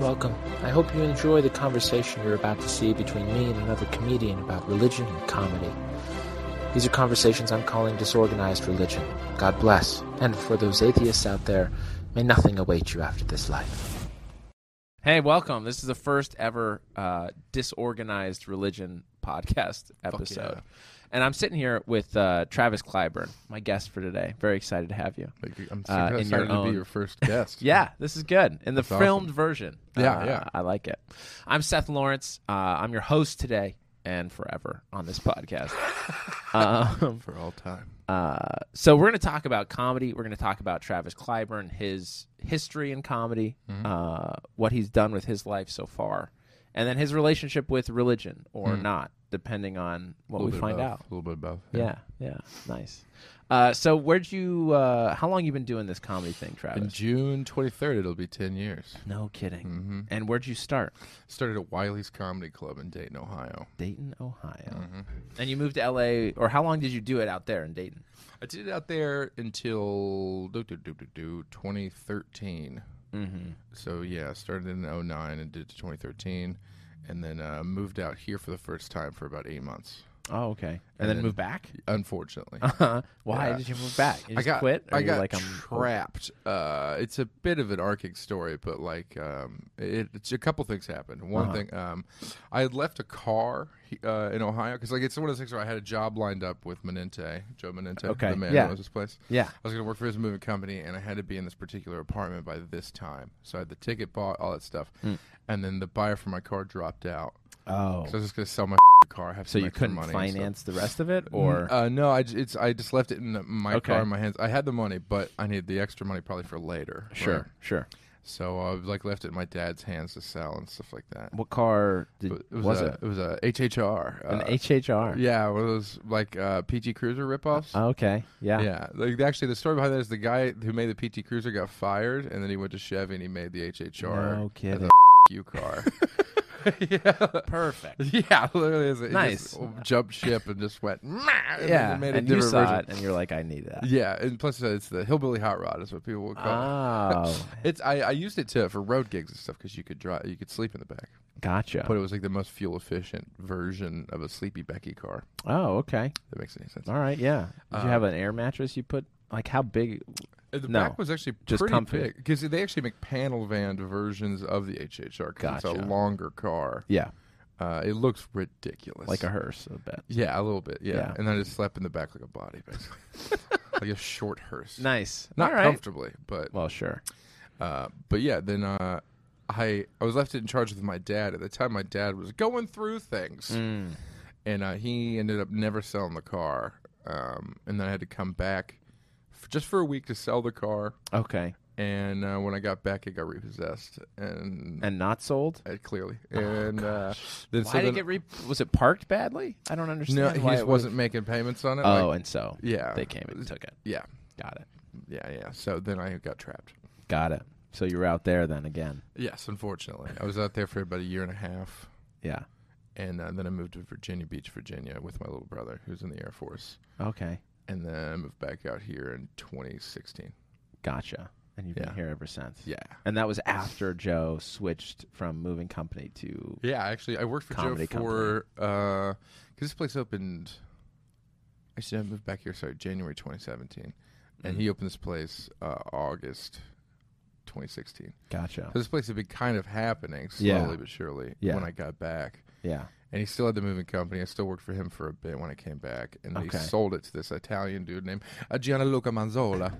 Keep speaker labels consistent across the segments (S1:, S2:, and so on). S1: Welcome. I hope you enjoy the conversation you're about to see between me and another comedian about religion and comedy. These are conversations I'm calling disorganized religion. God bless. And for those atheists out there, may nothing await you after this life.
S2: Hey, welcome. This is the first ever uh, disorganized religion podcast episode.
S3: yeah.
S2: And I'm sitting here with uh, Travis Clyburn, my guest for today. Very excited to have you.
S3: Like, I'm
S2: uh,
S3: super
S2: in your
S3: excited to
S2: own-
S3: be your first guest.
S2: Yeah, this is good. In the
S3: awesome.
S2: filmed version.
S3: Yeah,
S2: Uh,
S3: yeah.
S2: I like it. I'm Seth Lawrence. Uh, I'm your host today and forever on this podcast. um,
S3: for all time.
S2: uh, so we're going to talk about comedy. We're going to talk about Travis Clyburn, his history in comedy,
S3: Mm-hmm.
S2: uh, what he's done with his life so far, and then his relationship with religion or not, depending on what
S3: A Mm-hmm. little
S2: we
S3: bit
S2: find
S3: above,
S2: out.
S3: A little bit above.
S2: Yeah, yeah, nice. Uh, so where'd you? Uh, how long you been doing this comedy thing,
S3: In
S2: Travis?
S3: June 23rd, it'll be 10 years.
S2: no kidding.
S3: Mm-hmm.
S2: And where'd you start?
S3: Started at Wiley's Comedy Club in Dayton, Ohio.
S2: Dayton, Ohio.
S3: Mm-hmm.
S2: And you moved to LA, or how long did you do it out there in Dayton?
S3: I did it out there until do, do, do, do, do, 2013.
S2: Mm-hmm.
S3: So, yeah, started in 09 and did it to 2013. And then uh, moved out here for the first time for about eight months,
S2: Oh, okay. And, then,
S3: then-
S2: move back.
S3: unfortunately.
S2: Huh? Why
S3: Yeah.
S2: did you move back? You
S3: I
S2: just
S3: got
S2: quit. Or
S3: I
S2: you're
S3: got
S2: like um, oh. I'm
S3: trapped. Uh, it's a bit of an arcing story, but like um, it, it's a couple things happened. One
S2: Uh-huh.
S3: thing, um, I had left a car he- uh, in Ohio because like it's one of those things where I had a job lined up with Menente, Joe Menente,
S2: Okay,
S3: the man
S2: yeah.
S3: who owns this place.
S2: Yeah.
S3: I was going to work for his moving company, and I had to be in this particular apartment by this time. So I had the ticket bought, all that stuff,
S2: Hmm.
S3: and then the buyer for my car dropped out.
S2: Oh.
S3: So I was just going to sell my car, have
S2: So
S3: some
S2: you
S3: extra
S2: couldn't
S3: money and stuff.
S2: finance the rest of it, or
S3: Uh, no, I j- it's I just left it in my
S2: Okay.
S3: car in my hands. I had the money, but I needed the extra money probably for later.
S2: sure,
S3: right?
S2: sure.
S3: So I like left it in my dad's hands to sell and stuff like that.
S2: What car did,
S3: But
S2: was,
S3: a,
S2: it?
S3: It was a HHR.
S2: An
S3: uh,
S2: HHR.
S3: Yeah, one of those like uh, PT Cruiser ripoffs.
S2: Oh, okay. Yeah.
S3: yeah, like actually, the story behind that is the guy who made the PT Cruiser got fired, and then he went to Chevy and he made the HHR.
S2: No
S3: as a
S2: kidding.
S3: F- you car. yeah.
S2: Perfect.
S3: Yeah, literally, it's- it
S2: Nice.
S3: Just jumped ship and just went. "Mah," and then
S2: yeah.
S3: they made a
S2: and you
S3: different
S2: saw
S3: version.
S2: it, and you're like, I need that.
S3: Yeah, and plus uh, it's the hillbilly hot rod is what people would call
S2: Oh,
S3: it. It's I, I used it to for road gigs and stuff because you could drive, you could sleep in the back,
S2: gotcha.
S3: but it was like the most fuel efficient version of a sleepy Becky car.
S2: Oh, okay.
S3: That makes any sense.
S2: All right. Yeah. Did you have an air mattress? You put like how big?
S3: Uh, The
S2: No.
S3: back was actually
S2: Just
S3: pretty
S2: comfy.
S3: big because they actually make panel van versions of the HHR. 'cause It's
S2: Gotcha.
S3: a longer car.
S2: Yeah,
S3: Uh, it looks ridiculous.
S2: like a hearse, a bit.
S3: yeah, a little bit. Yeah,
S2: Yeah.
S3: and then I just slept in the back like a body, basically, like a short hearse.
S2: Nice.
S3: Not
S2: All right.
S3: comfortably, but
S2: Well, sure.
S3: Uh, but yeah, then uh, I I was left in charge with my dad. At the time, my dad was going through things,
S2: Mm.
S3: and uh, he ended up never selling the car. Um, and then I had to come back f just for a week to sell the car.
S2: Okay.
S3: And uh, when I got back, it got repossessed, and,
S2: And not sold.
S3: uh, clearly, and uh, then
S2: Why
S3: so
S2: did it
S3: then,
S2: get re? Was it parked badly? I don't understand.
S3: no,
S2: why
S3: he just
S2: it was-
S3: wasn't making payments on it.
S2: Oh,
S3: like-
S2: and so
S3: yeah,
S2: they came and took it.
S3: yeah,
S2: Got it.
S3: yeah, yeah. So then I got trapped.
S2: Got it. So you were out there then again.
S3: Yes, unfortunately, I was out there for about a year and a half.
S2: Yeah.
S3: and uh, then I moved to Virginia Beach, Virginia, with my little brother who's in the Air Force,
S2: Okay.
S3: and then I moved back out here in 2016.
S2: Gotcha. And you've been
S3: Yeah.
S2: here ever since.
S3: Yeah,
S2: And that was after Joe switched from moving company to.
S3: yeah. Actually, I worked for
S2: Comedy
S3: Joe for because this place opened. Actually, I moved back here. Sorry, January 2017, and
S2: Mm-hmm.
S3: he opened this place uh, August 2016.
S2: Gotcha.
S3: So this place had been kind of happening slowly
S2: Oh. Yeah.
S3: but surely
S2: Yeah.
S3: when I got back.
S2: Yeah.
S3: And he still had the moving company. I still worked for him for a bit when I came back, and
S2: Okay.
S3: he sold it to this Italian dude named uh, Gianluca Manzola.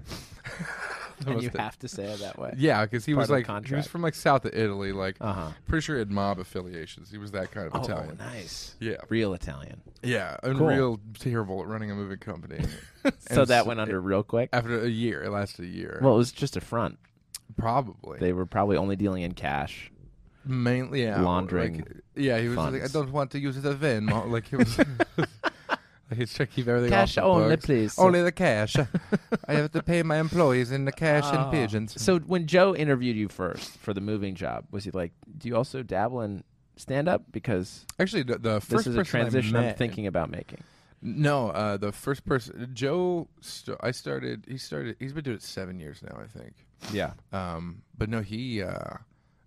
S3: The
S2: And
S3: most-
S2: you have to say it that way.
S3: yeah, because he
S2: part
S3: was
S2: of the
S3: like he was
S2: contract.
S3: from like south of Italy, like
S2: Uh huh.
S3: pretty sure he had mob affiliations. He was that kind of
S2: Oh,
S3: Italian.
S2: nice.
S3: Yeah,
S2: Real Italian.
S3: yeah, and
S2: Cool.
S3: real terrible at running a moving company.
S2: So
S3: And
S2: that went under real quick.
S3: after a year. It lasted a year,
S2: Well, it was just a front.
S3: probably
S2: They were probably only dealing in cash.
S3: mainly yeah,
S2: laundering
S3: like, yeah, he was just like, I
S2: funds.
S3: don't want to use it again. Mo-" Like he was. Like he's trying to keep everything
S2: Cash
S3: off the
S2: only,
S3: books.
S2: please.
S3: Only the cash. I have to pay my employees in the cash and pigeons.
S2: Ah. So when Joe interviewed you first for the moving job, was he like, "Do you also dabble in stand up?" Because
S3: Actually, the, the first
S2: this is a
S3: person I
S2: transition I'm
S3: met-
S2: thinking about making.
S3: No, uh, the first person Joe. St- I started. He started. He's been doing it seven years now, I think.
S2: Yeah.
S3: Um, but no, he uh,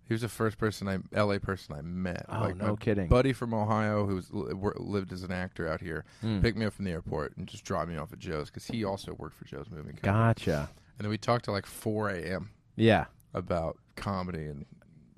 S3: He was the first person I L.A. person I met.
S2: Oh,
S3: like
S2: no
S3: my
S2: kidding.
S3: Buddy from Ohio who was, li- wor- lived as an actor out here
S2: Hmm.
S3: picked me up from the airport and just dropped me off at Joe's because he also worked for Joe's Moving Company.
S2: Gotcha.
S3: And then we talked to like 4 a.m.
S2: Yeah.
S3: about comedy and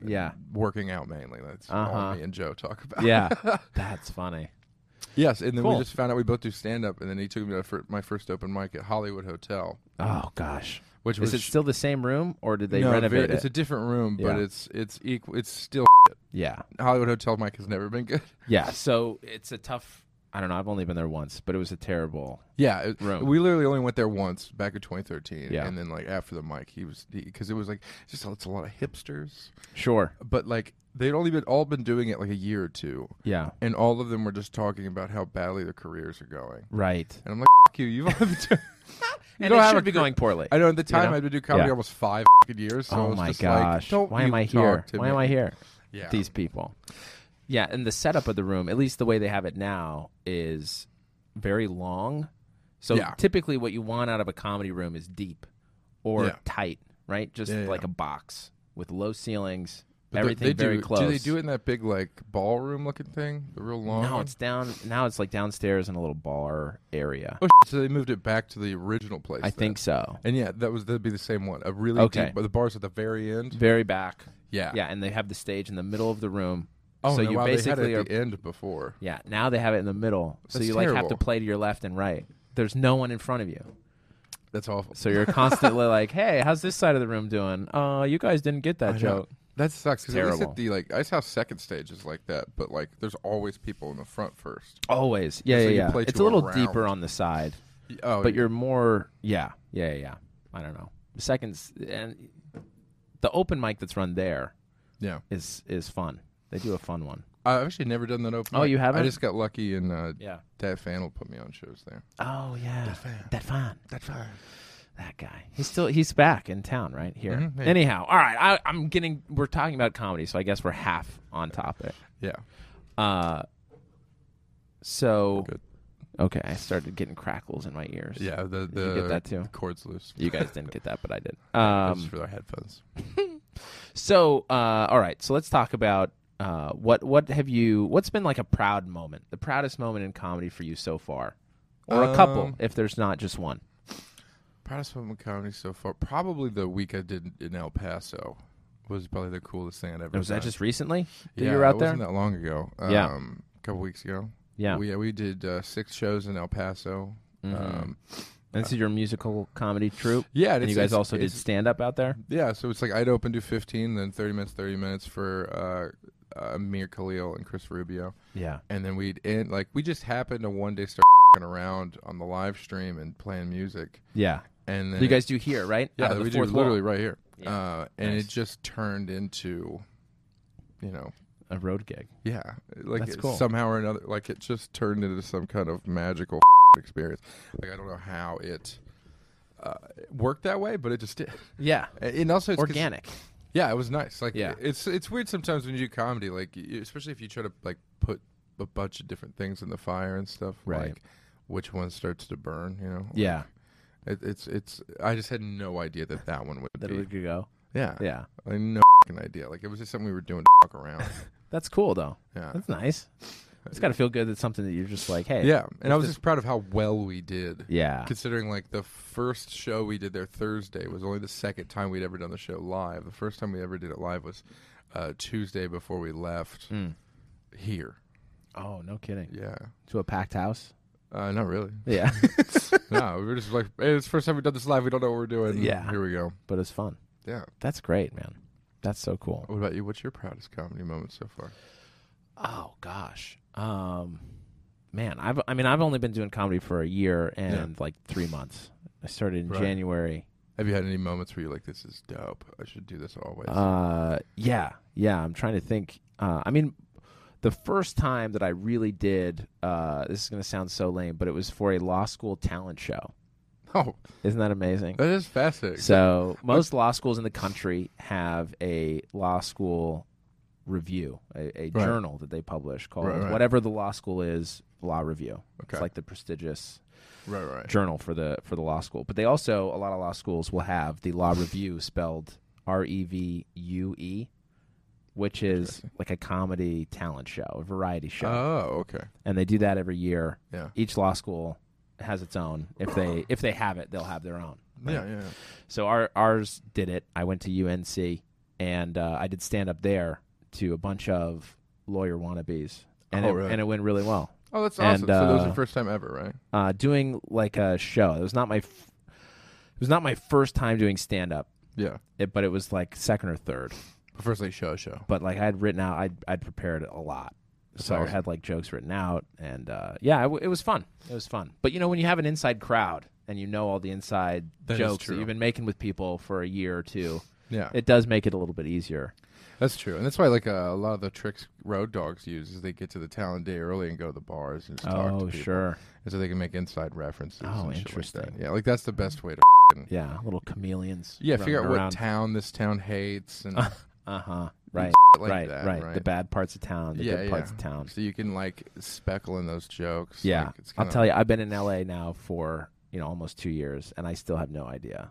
S2: Yeah.
S3: working out mainly. That's
S2: Uh-huh.
S3: all me and Joe talk about.
S2: Yeah. That's funny.
S3: Yes, and then
S2: Cool.
S3: we just found out we both do stand up, and then he took me to fir- my first open mic at Hollywood Hotel,
S2: Oh gosh.
S3: which was
S2: Is it still the same room or did they
S3: no,
S2: renovate
S3: very- It's a
S2: it?
S3: different room, but
S2: Yeah.
S3: it's it's equal. It's still
S2: yeah.
S3: Hollywood Hotel mic has never been good.
S2: Yeah. So it's a tough I don't know, I've only been there once, but it was a terrible
S3: Yeah, it-
S2: Room.
S3: we literally only went there once back in 2013,
S2: Yeah.
S3: and then like after the mic, he was because it was like just it's a lot of hipsters,
S2: Sure.
S3: but like they'd only been all been doing it like a year or two,
S2: Yeah.
S3: and all of them were just talking about how badly their careers are going,
S2: Right.
S3: and I'm like, F you, you've only been doing. You
S2: and
S3: don't
S2: it
S3: have
S2: should
S3: a
S2: be
S3: cr-
S2: going poorly.
S3: I know at the time
S2: know?
S3: I'd been doing comedy
S2: Yeah.
S3: almost five fing years. So I
S2: oh
S3: was
S2: my
S3: just
S2: gosh.
S3: Like, Don't
S2: Why am
S3: you
S2: I
S3: talk
S2: here?
S3: to
S2: Why
S3: me.
S2: am I here?
S3: Yeah.
S2: These people. Yeah, and the setup of the room, at least the way they have it now, is very long. So
S3: Yeah.
S2: typically what you want out of a comedy room is deep or
S3: Yeah.
S2: tight, right? Just
S3: Yeah, yeah,
S2: like
S3: yeah.
S2: a box with low ceilings,
S3: But they-
S2: everything
S3: they
S2: very
S3: do,
S2: close.
S3: Do they do it in that big like ballroom looking thing? The real long.
S2: Now
S3: one?
S2: it's down now it's like downstairs in a little bar area.
S3: Oh, shit, so they moved it back to the original place.
S2: I
S3: then.
S2: think so.
S3: And yeah, that was that'd be the same one. A really
S2: Okay.
S3: deep, but the bars at the very end.
S2: Very back.
S3: Yeah.
S2: Yeah, and they have the stage in the middle of the room.
S3: Oh,
S2: so
S3: no,
S2: you
S3: wow,
S2: basically
S3: they
S2: are
S3: had it at the end before.
S2: Yeah, now they have it in the middle, so
S3: That's
S2: you like have to
S3: terrible.
S2: play to your left and right. There's no one in front of you,
S3: That's awful.
S2: so you're constantly like, "Hey, how's this side of the room doing? Uh, you guys didn't get that
S3: I know.
S2: joke."
S3: That sucks. 'cause at least
S2: Terrible.
S3: at the like, I saw second stage is like that, but like, there's always people in the front first.
S2: Always, yeah,
S3: So
S2: yeah,
S3: you
S2: yeah.
S3: play
S2: It's a
S3: to
S2: little
S3: around.
S2: deeper on the side,
S3: Oh,
S2: but you're more, yeah, yeah, yeah. yeah. I don't know. Seconds and the open mic that's run there
S3: yeah.
S2: is is fun. They do a fun one.
S3: I've actually never done that open.
S2: Oh,
S3: mic.
S2: you haven't?
S3: I just got lucky, and uh,
S2: Yeah.
S3: Dad Fan will put me on shows there.
S2: Oh yeah, that fan. That fan.
S3: That's fine.
S2: that guy. He's still he's back in town, right here.
S3: Mhm, yeah.
S2: Anyhow, all right. I, I'm getting we're talking about comedy, so I guess we're half on topic.
S3: Yeah.
S2: Uh, so
S3: Good.
S2: okay, I started getting crackles in my ears.
S3: Yeah. The the,
S2: you get that too?
S3: the cords loose.
S2: you guys didn't get that, but I did.
S3: That's
S2: Um,
S3: for their headphones.
S2: so uh, all right, so let's talk about. Uh, what what have you? What's been like a proud moment? The proudest moment in comedy for you so far, or a couple,
S3: Um,
S2: if there's not just one.
S3: Proudest moment of comedy so far. Probably the week I did in El Paso was probably the coolest thing I'd ever.
S2: Was that
S3: done.
S2: just recently that
S3: yeah,
S2: you were out
S3: it
S2: there?
S3: Wasn't that long ago?
S2: Yeah.
S3: Um, a couple weeks ago.
S2: yeah, Mm-hmm.
S3: We, yeah. We did uh, six shows in El Paso. Um,
S2: and this is your musical comedy troupe.
S3: yeah.
S2: And
S3: it's-
S2: you guys
S3: it's-
S2: also did
S3: it's-
S2: stand up out there.
S3: Yeah, so it's like I'd open do 15, then 30 minutes, 30 minutes for uh, uh, Amir Khalil and Chris Rubio.
S2: Yeah.
S3: and then we'd end like we just happened to one day start fing around on the live stream and playing music
S2: Yeah.
S3: and then
S2: You guys do here, right?
S3: yeah
S2: Out of the
S3: we do
S2: fourth
S3: literally
S2: wall.
S3: right here
S2: Yeah.
S3: uh, and
S2: Nice.
S3: it just turned into you know
S2: a road gig.
S3: yeah like
S2: That's
S3: it-
S2: cool.
S3: somehow or another like it just turned into some kind of magical experience like I don't know how it uh, it worked that way but it just did
S2: Yeah.
S3: and also it's 'cause-
S2: Organic.
S3: yeah, it was nice. Like,
S2: Yeah.
S3: it's it's weird sometimes when you do comedy, like y- especially if you try to like put a bunch of different things in the fire and stuff.
S2: Right.
S3: Like, which one starts to burn? You know.
S2: Yeah.
S3: It, it's it's. I just had no idea that that one would
S2: That
S3: be.
S2: we could go.
S3: yeah.
S2: Yeah.
S3: Like no fucking idea. Like it was just something we were doing to fuck around.
S2: That's cool though.
S3: Yeah.
S2: That's nice. It's got to feel good that something that you're just like, hey.
S3: yeah. And I was
S2: this-
S3: just proud of how well we did.
S2: Yeah.
S3: Considering like the first show we did there Thursday was only the second time we'd ever done the show live. The first time we ever did it live was uh, Tuesday before we left
S2: Mm.
S3: here.
S2: Oh, no kidding.
S3: Yeah.
S2: To a packed house.
S3: Uh, not really.
S2: Yeah.
S3: no, we were just like, hey, it's the first time we've done this live. We don't know what we're doing.
S2: Yeah.
S3: Here we go.
S2: but it's fun.
S3: Yeah.
S2: That's great, man. That's so cool.
S3: What about you? What's your proudest comedy moment so far?
S2: Oh gosh. Um man, I've I mean I've only been doing comedy for a year and like 3 months. I started in
S3: Right.
S2: January.
S3: Have you had any moments where you're like, this is dope? I should do this always.
S2: Uh, yeah, yeah. I'm trying to think. Uh, I mean, the first time that I really did uh, this is going to sound so lame, but it was for a law school talent show.
S3: oh,
S2: Isn't that amazing?
S3: that is fascinating.
S2: So most law schools in the country have a law school review, a, a
S3: Right.
S2: journal that they publish called
S3: Right, right.
S2: whatever the law school is, law review. It's
S3: Okay.
S2: like the prestigious
S3: right, right.
S2: journal for the for the law school. But they also a lot of law schools will have the law review spelled R E V U E, which is like a comedy talent show, a variety show,
S3: Oh, okay.
S2: and they do that every year.
S3: Yeah.
S2: Each law school has its own. If they if they have it, they'll have their own. right?
S3: Yeah, yeah.
S2: So our ours did it. I went to UNC and uh, I did stand up there to a bunch of lawyer wannabes, and
S3: Oh,
S2: it,
S3: really?
S2: and it went really well.
S3: Oh, that's
S2: And,
S3: awesome. so that was
S2: uh,
S3: your first time ever, right?
S2: Uh, doing like a show. It was not my f- it was not my first time doing stand up,
S3: Yeah.
S2: but it was like second or third.
S3: But first, like show, show.
S2: But like I had written out, I'd I'd prepared a lot. So I
S3: awesome.
S2: had like jokes written out, and uh, yeah, it, w- it was fun. It was fun. But you know, when you have an inside crowd and you know all the inside
S3: That is
S2: jokes that
S3: true.
S2: you've been making with people for a year or two,
S3: Yeah,
S2: it does make it a little bit easier.
S3: that's true, and that's why like uh, a lot of the tricks road dogs use is they get to the talent day early and go to the bars and just talk to
S2: Oh,
S3: people.
S2: sure.
S3: and so they can make inside references.
S2: Oh,
S3: and shit like that.
S2: interesting.
S3: yeah, like that's the best way to.
S2: Yeah, little chameleons.
S3: Yeah, figure out
S2: running
S3: what
S2: around.
S3: town this town hates and
S2: Uh huh. Right.
S3: like
S2: right.
S3: that,
S2: right.
S3: right?
S2: The bad parts of town. The
S3: Yeah,
S2: good parts
S3: yeah.
S2: of town.
S3: so you can like speckle in those jokes.
S2: Yeah.
S3: like, it's
S2: I'll
S3: kinda-
S2: tell you, I've been in LA now for you know almost two years, and I still have no idea.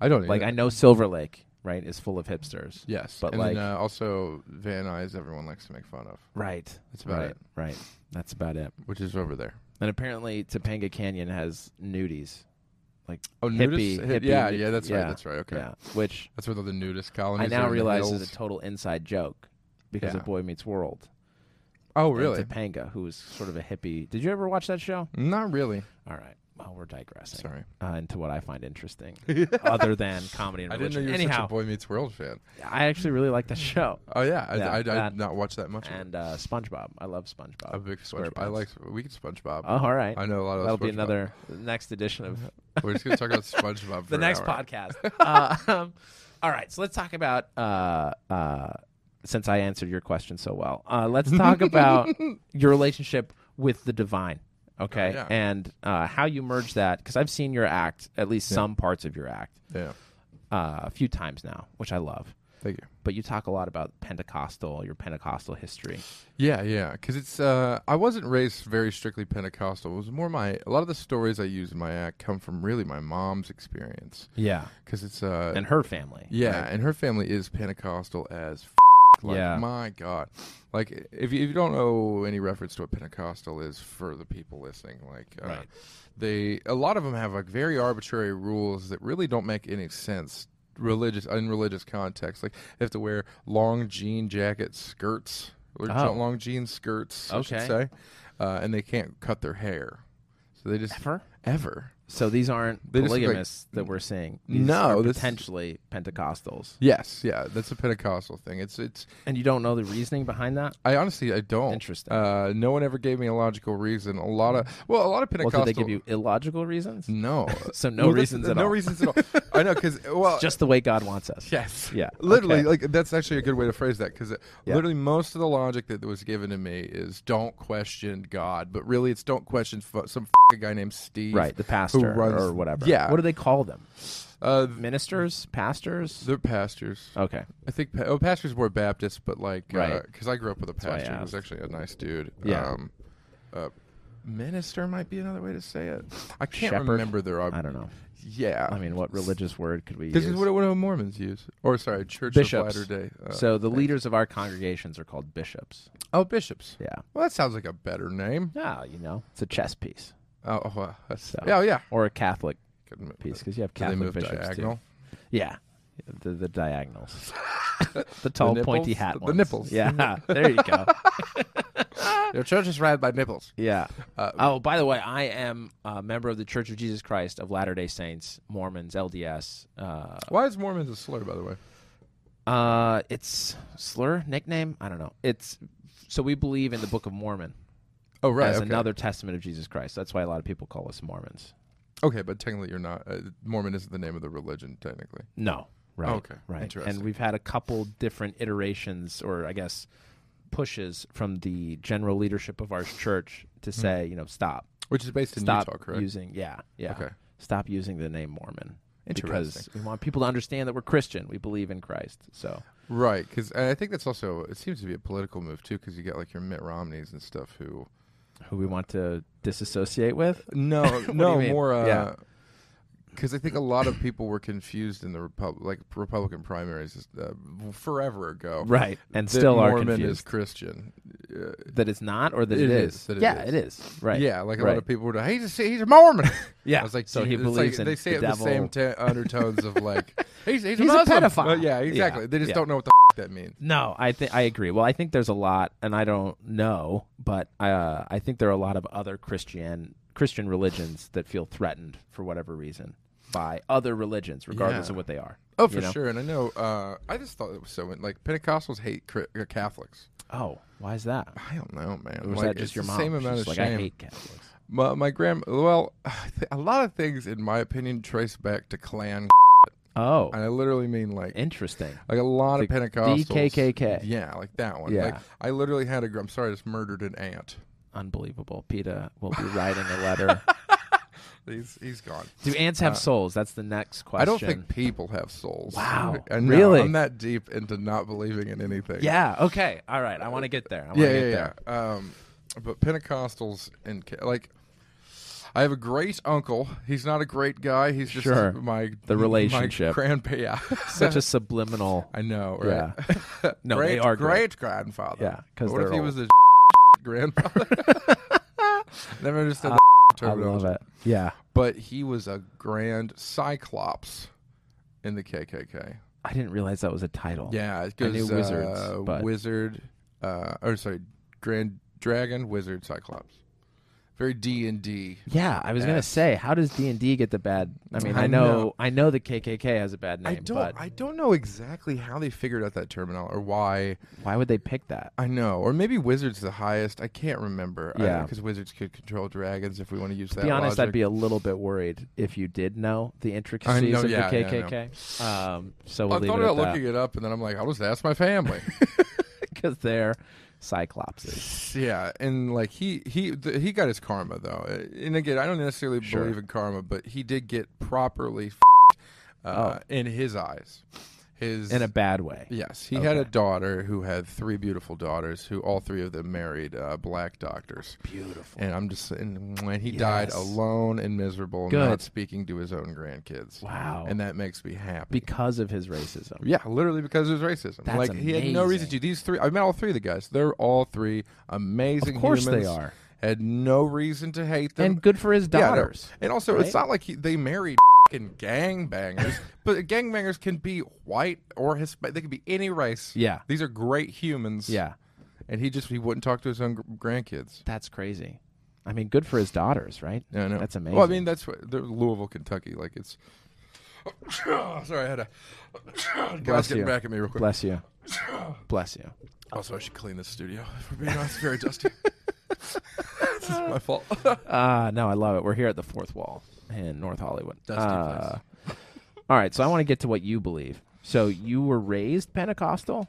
S3: I don't
S2: Like I know Silver Lake, right, is full of hipsters.
S3: yes,
S2: but,
S3: and
S2: like-
S3: then, uh, also Van Nuys, everyone likes to make fun of,
S2: Right.
S3: That's about
S2: right.
S3: it.
S2: Right. That's about it.
S3: which is over there.
S2: And apparently, Topanga Canyon has nudies.
S3: Oh,
S2: Hippie-
S3: nudists? Hi-
S2: hippie
S3: yeah,
S2: nu-
S3: yeah, that's
S2: yeah,
S3: right, that's right. Okay,
S2: Yeah. Which
S3: that's where all the nudist colonies.
S2: I
S3: are
S2: now
S3: in the
S2: realize
S3: hills.
S2: is a total inside joke because
S3: Yeah.
S2: of Boy Meets World.
S3: Oh,
S2: and
S3: really?
S2: Topanga, who was sort of a hippie. Did you ever watch that show?
S3: Not really.
S2: All right. Well, we're digressing
S3: Sorry.
S2: uh, into what I find interesting, other than comedy and
S3: I didn't know
S2: religion.
S3: you were such
S2: Anyhow,
S3: a Boy Meets World fan.
S2: I actually really like that show.
S3: Oh yeah, I,
S2: Yeah,
S3: I, I
S2: that-
S3: did not watch that much. of it.
S2: And uh, SpongeBob, I love SpongeBob.
S3: A big SpongeBob. I
S2: SquarePants.
S3: like. We can SpongeBob.
S2: Oh, all right.
S3: I know a lot of.
S2: That'll be
S3: SpongeBob.
S2: another next edition of
S3: We're just gonna talk about SpongeBob. For
S2: the
S3: an
S2: next
S3: hour.
S2: podcast. uh, um, all right, so let's talk about. Uh, uh, since I answered your question so well, uh, let's talk about your relationship with the divine, okay,
S3: Oh, yeah.
S2: and uh, how you merge that. Because I've seen your act, at least some parts of your act,
S3: Yeah.
S2: uh, a few times now, which I love.
S3: Thank you.
S2: But you talk a lot about Pentecostal, your Pentecostal history.
S3: Yeah, yeah. Because it's. Uh, I wasn't raised very strictly Pentecostal. It was more my. A lot of the stories I use in my act come from really my mom's experience.
S2: Yeah,
S3: Because it's. Uh,
S2: and her family.
S3: yeah, and her family is Pentecostal as. F- like,
S2: Yeah.
S3: my God. Like, if you, if you don't know any reference to what Pentecostal is for the people listening, like, uh,
S2: Right.
S3: they a lot of them have like very arbitrary rules that really don't make any sense religious in religious context like they have to wear long jean jacket skirts or
S2: Oh.
S3: jo- long jean skirts I should
S2: Okay.
S3: say uh, and they can't cut their hair so they just
S2: Ever?
S3: ever
S2: So these aren't
S3: They just look like-
S2: polygamists that we're seeing. These
S3: No,
S2: are
S3: this-
S2: potentially Pentecostals,
S3: yes yeah that's a pentecostal thing it's it's
S2: and you don't know the reasoning behind that.
S3: i honestly i don't
S2: Interesting.
S3: uh, no one ever gave me a logical reason a lot of well a lot of
S2: Well,
S3: pentecostal
S2: did they give you illogical reasons?
S3: no
S2: So no
S3: Well, that's-
S2: reasons at
S3: no
S2: all.
S3: reasons at all i know because well
S2: Just the way God wants us.
S3: Yes.
S2: Yeah,
S3: Literally,
S2: okay.
S3: like that's actually a good way to phrase that because
S2: Yeah.
S3: literally most of the logic that was given to me is don't question God, but really it's don't question f- some f- guy named Steve,
S2: Right, the pastor
S3: who runs,
S2: or whatever.
S3: Yeah,
S2: What do they call them?
S3: uh,
S2: Ministers, pastors.
S3: they're pastors.
S2: Okay.
S3: I think pa- oh, pastors were Baptist, but like
S2: Right.
S3: because I grew up with a
S2: why I
S3: pastor who was actually a nice dude.
S2: Yeah.
S3: Um, uh, minister might be another way to say it. I can't
S2: Shepherd?
S3: remember their. ob-
S2: I don't know.
S3: Yeah.
S2: I mean, what religious word could we
S3: This
S2: use?
S3: is what, what do Mormons use, or sorry, Church
S2: Bishops.
S3: of Latter Day. Uh,
S2: so the leaders of our congregations are called bishops.
S3: oh, bishops.
S2: Yeah.
S3: Well, that sounds like a better name.
S2: Ah, you know, it's a chess piece
S3: Oh, oh, wow. That's-
S2: So-
S3: yeah, oh, yeah.
S2: or a Catholic
S3: Good move.
S2: piece because you have
S3: Do they
S2: Catholic
S3: move
S2: bishops
S3: diagonal?
S2: too. Yeah, the the diagonals, the tall pointy
S3: nipples?
S2: hat,
S3: The
S2: ones.
S3: nipples.
S2: Yeah, there you go. Ah!
S3: Your church is ran by nipples.
S2: Yeah.
S3: Uh,
S2: oh, by the way, I am a member of the Church of Jesus Christ of Latter Day Saints, Mormons, LDS. Uh,
S3: Why is Mormons a slur, by the way?
S2: uh, it's slur nickname. I don't know. It's so we believe in the Book of Mormon
S3: Oh, right.
S2: as
S3: okay.
S2: another testament of Jesus Christ. That's why a lot of people call us Mormons.
S3: Okay, but technically you're not. Uh, Mormon isn't the name of the religion, technically.
S2: No. Right.
S3: Oh, Okay,
S2: Right. And
S3: interesting.
S2: we've had a couple different iterations, or I guess pushes from the general leadership of our church to
S3: Hmm.
S2: say, you know, stop,
S3: Which is based in
S2: stop
S3: Utah, correct?
S2: using, yeah, yeah,
S3: Okay.
S2: stop using the name Mormon because
S3: Interesting.
S2: we want people to understand that we're Christian, we believe in Christ. So
S3: Right, because I think that's also, it seems to be a political move, too, because you got like your Mitt Romneys and stuff who.
S2: who we want to disassociate with?
S3: No,
S2: do you
S3: no,
S2: mean?
S3: more. Uh,
S2: Yeah.
S3: because I think a lot of people were confused in the Republic, like Republican primaries uh, forever ago.
S2: Right, and
S3: that
S2: still are
S3: Mormon
S2: confused
S3: is Christian. Uh,
S2: that it's not or that
S3: It
S2: it
S3: is,
S2: is.
S3: that it
S2: yeah,
S3: is.
S2: it is. Right.
S3: Yeah, like a
S2: Right.
S3: lot of people were like, he's a, he's a Mormon.
S2: Yeah.
S3: I was like,
S2: so
S3: dude,
S2: he
S3: it's like
S2: believes in
S3: they say
S2: the
S3: it
S2: devil.
S3: with the same ta undertones of like he's he's,
S2: He's a
S3: Muslim.
S2: pedophile.
S3: Well, yeah, exactly.
S2: Yeah,
S3: They just
S2: yeah.
S3: don't know what the f- that means.
S2: No, I think I agree. Well, I think there's a lot, and I don't know, but uh, I think there are a lot of other Christian Christian religions that feel threatened for whatever reason by other religions, regardless
S3: Yeah.
S2: of what they are.
S3: Oh,
S2: you
S3: for
S2: know?
S3: sure. And I know. Uh, I just thought it was so. Like Pentecostals hate Chri- uh, Catholics.
S2: Oh, why is that?
S3: I don't know, man.
S2: Or was
S3: like,
S2: that just
S3: it's
S2: your
S3: the
S2: mom?
S3: Same amount
S2: She's
S3: of
S2: like,
S3: shame.
S2: I hate Catholics.
S3: My my grand. Well, a lot of things, in my opinion, trace back to clan.
S2: Oh,
S3: And I literally mean like
S2: interesting.
S3: Like a lot of
S2: The
S3: Pentecostals.
S2: DKKK.
S3: Yeah, like that one.
S2: Yeah.
S3: Like I literally had a. gr- I'm sorry, I just murdered an ant.
S2: Unbelievable. PETA will be writing a letter.
S3: He's he's gone.
S2: Do ants have souls? That's the next question.
S3: Uh, I don't think people have souls.
S2: Wow.
S3: I know,
S2: Really?
S3: I'm that deep into not believing in anything.
S2: Yeah. Okay. All right. I want to get there. I want to
S3: Yeah,
S2: get
S3: yeah,
S2: there.
S3: yeah. Um, but Pentecostals and ca- like. I have a great uncle. He's not a great guy. He's just
S2: Sure.
S3: my
S2: The relationship.
S3: My grandpa. Yeah.
S2: Such a subliminal.
S3: I know, right? Yeah.
S2: No,
S3: great,
S2: they are great.
S3: great grandfather.
S2: Yeah, 'cause
S3: what if
S2: they're
S3: he
S2: old.
S3: was a grandfather? Never understood the
S2: I
S3: terminology.
S2: love it. Yeah.
S3: But he was a grand cyclops in the KKK.
S2: I didn't realize that was a title.
S3: Yeah, it
S2: Oh, I
S3: goes
S2: knew wizards,
S3: uh,
S2: but-
S3: wizard, uh, or sorry, grand dragon, wizard, cyclops. Very D and D.
S2: Yeah, I was gonna
S3: Yes.
S2: say, how does D and D get the bad? I mean,
S3: I
S2: I
S3: know.
S2: know, I know the KKK has a bad
S3: I
S2: name,
S3: don't.
S2: but
S3: I don't know exactly how they figured out that terminology or why.
S2: why would they pick that?
S3: I know, or maybe wizards the highest. I can't remember.
S2: Yeah.
S3: because wizards could control dragons if we want to use that.
S2: To be honest,
S3: logic.
S2: I'd be a little bit worried if you did know the intricacies of
S3: yeah,
S2: the
S3: yeah, I know.
S2: KKK. Um, so
S3: I
S2: we'll leave
S3: thought
S2: it
S3: about
S2: at
S3: looking it up, and then I'm like, I'll just ask my family.
S2: because they're cyclopses.
S3: yeah, and like he he th- he got his karma though, Uh, and again, I don't necessarily
S2: Sure. Oh.
S3: believe in karma, but he did get properly f- uh, in his eyes. His
S2: in a bad way.
S3: yes, he had a
S2: Okay.
S3: daughter who had three beautiful daughters, who all three of them married uh, black doctors.
S2: Beautiful.
S3: And I'm just and, and he died
S2: Yes.
S3: alone and miserable,
S2: Good.
S3: not speaking to his own grandkids.
S2: Wow.
S3: And that makes me happy.
S2: because of his racism.
S3: yeah, literally because of his racism.
S2: That's
S3: like he had no reason to.
S2: amazing.
S3: These three, I met all three of the guys. They're all three amazing.
S2: Of course they
S3: humans,
S2: are.
S3: Had no reason to hate them.
S2: And good for his
S3: Yeah, no.
S2: daughters.
S3: and also, it's
S2: right?
S3: not like he, they married fucking gangbangers, but gangbangers can be white or Hispanic. They can be any race.
S2: Yeah.
S3: these are great humans.
S2: yeah.
S3: and he just he wouldn't talk to his own gr- grandkids.
S2: That's crazy. I mean, good for his daughters, right?
S3: Yeah, I know.
S2: That's
S3: Well, I
S2: amazing.
S3: mean, that's what they're Louisville, Kentucky. Like it's. Sorry, I had a. God's
S2: Bless
S3: getting
S2: you.
S3: back at me real quick.
S2: Bless you. Bless you.
S3: Also, I should clean this studio. For being honest, it's very dusty. this is my fault.
S2: Uh, no, I love it. We're here at the fourth wall in North Hollywood.
S3: Dusty
S2: Uh, all right, so I want to get to what you believe. So you were raised Pentecostal?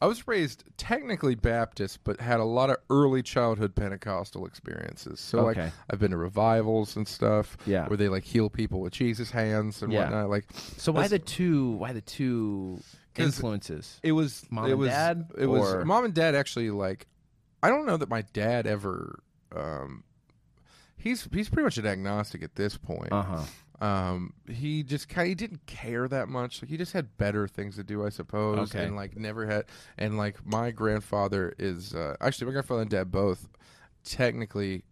S3: I was raised technically Baptist, but had a lot of early childhood Pentecostal experiences. So, like,
S2: Okay.
S3: I've been to revivals and stuff.
S2: Yeah.
S3: where they like heal people with Jesus hands and
S2: Yeah.
S3: whatnot. Like,
S2: So why the two? Why the two
S3: 'Cause-
S2: influences?
S3: It was
S2: Mom
S3: it
S2: and
S3: was,
S2: dad,
S3: It was
S2: or-
S3: mom and dad actually like. I don't know that my dad ever. Um, he's he's pretty much an agnostic at this point.
S2: Uh huh.
S3: Um, he just kind he didn't care that much. Like he just had better things to do, I suppose.
S2: Okay.
S3: And like never had. And like my grandfather is uh, actually my grandfather and dad both technically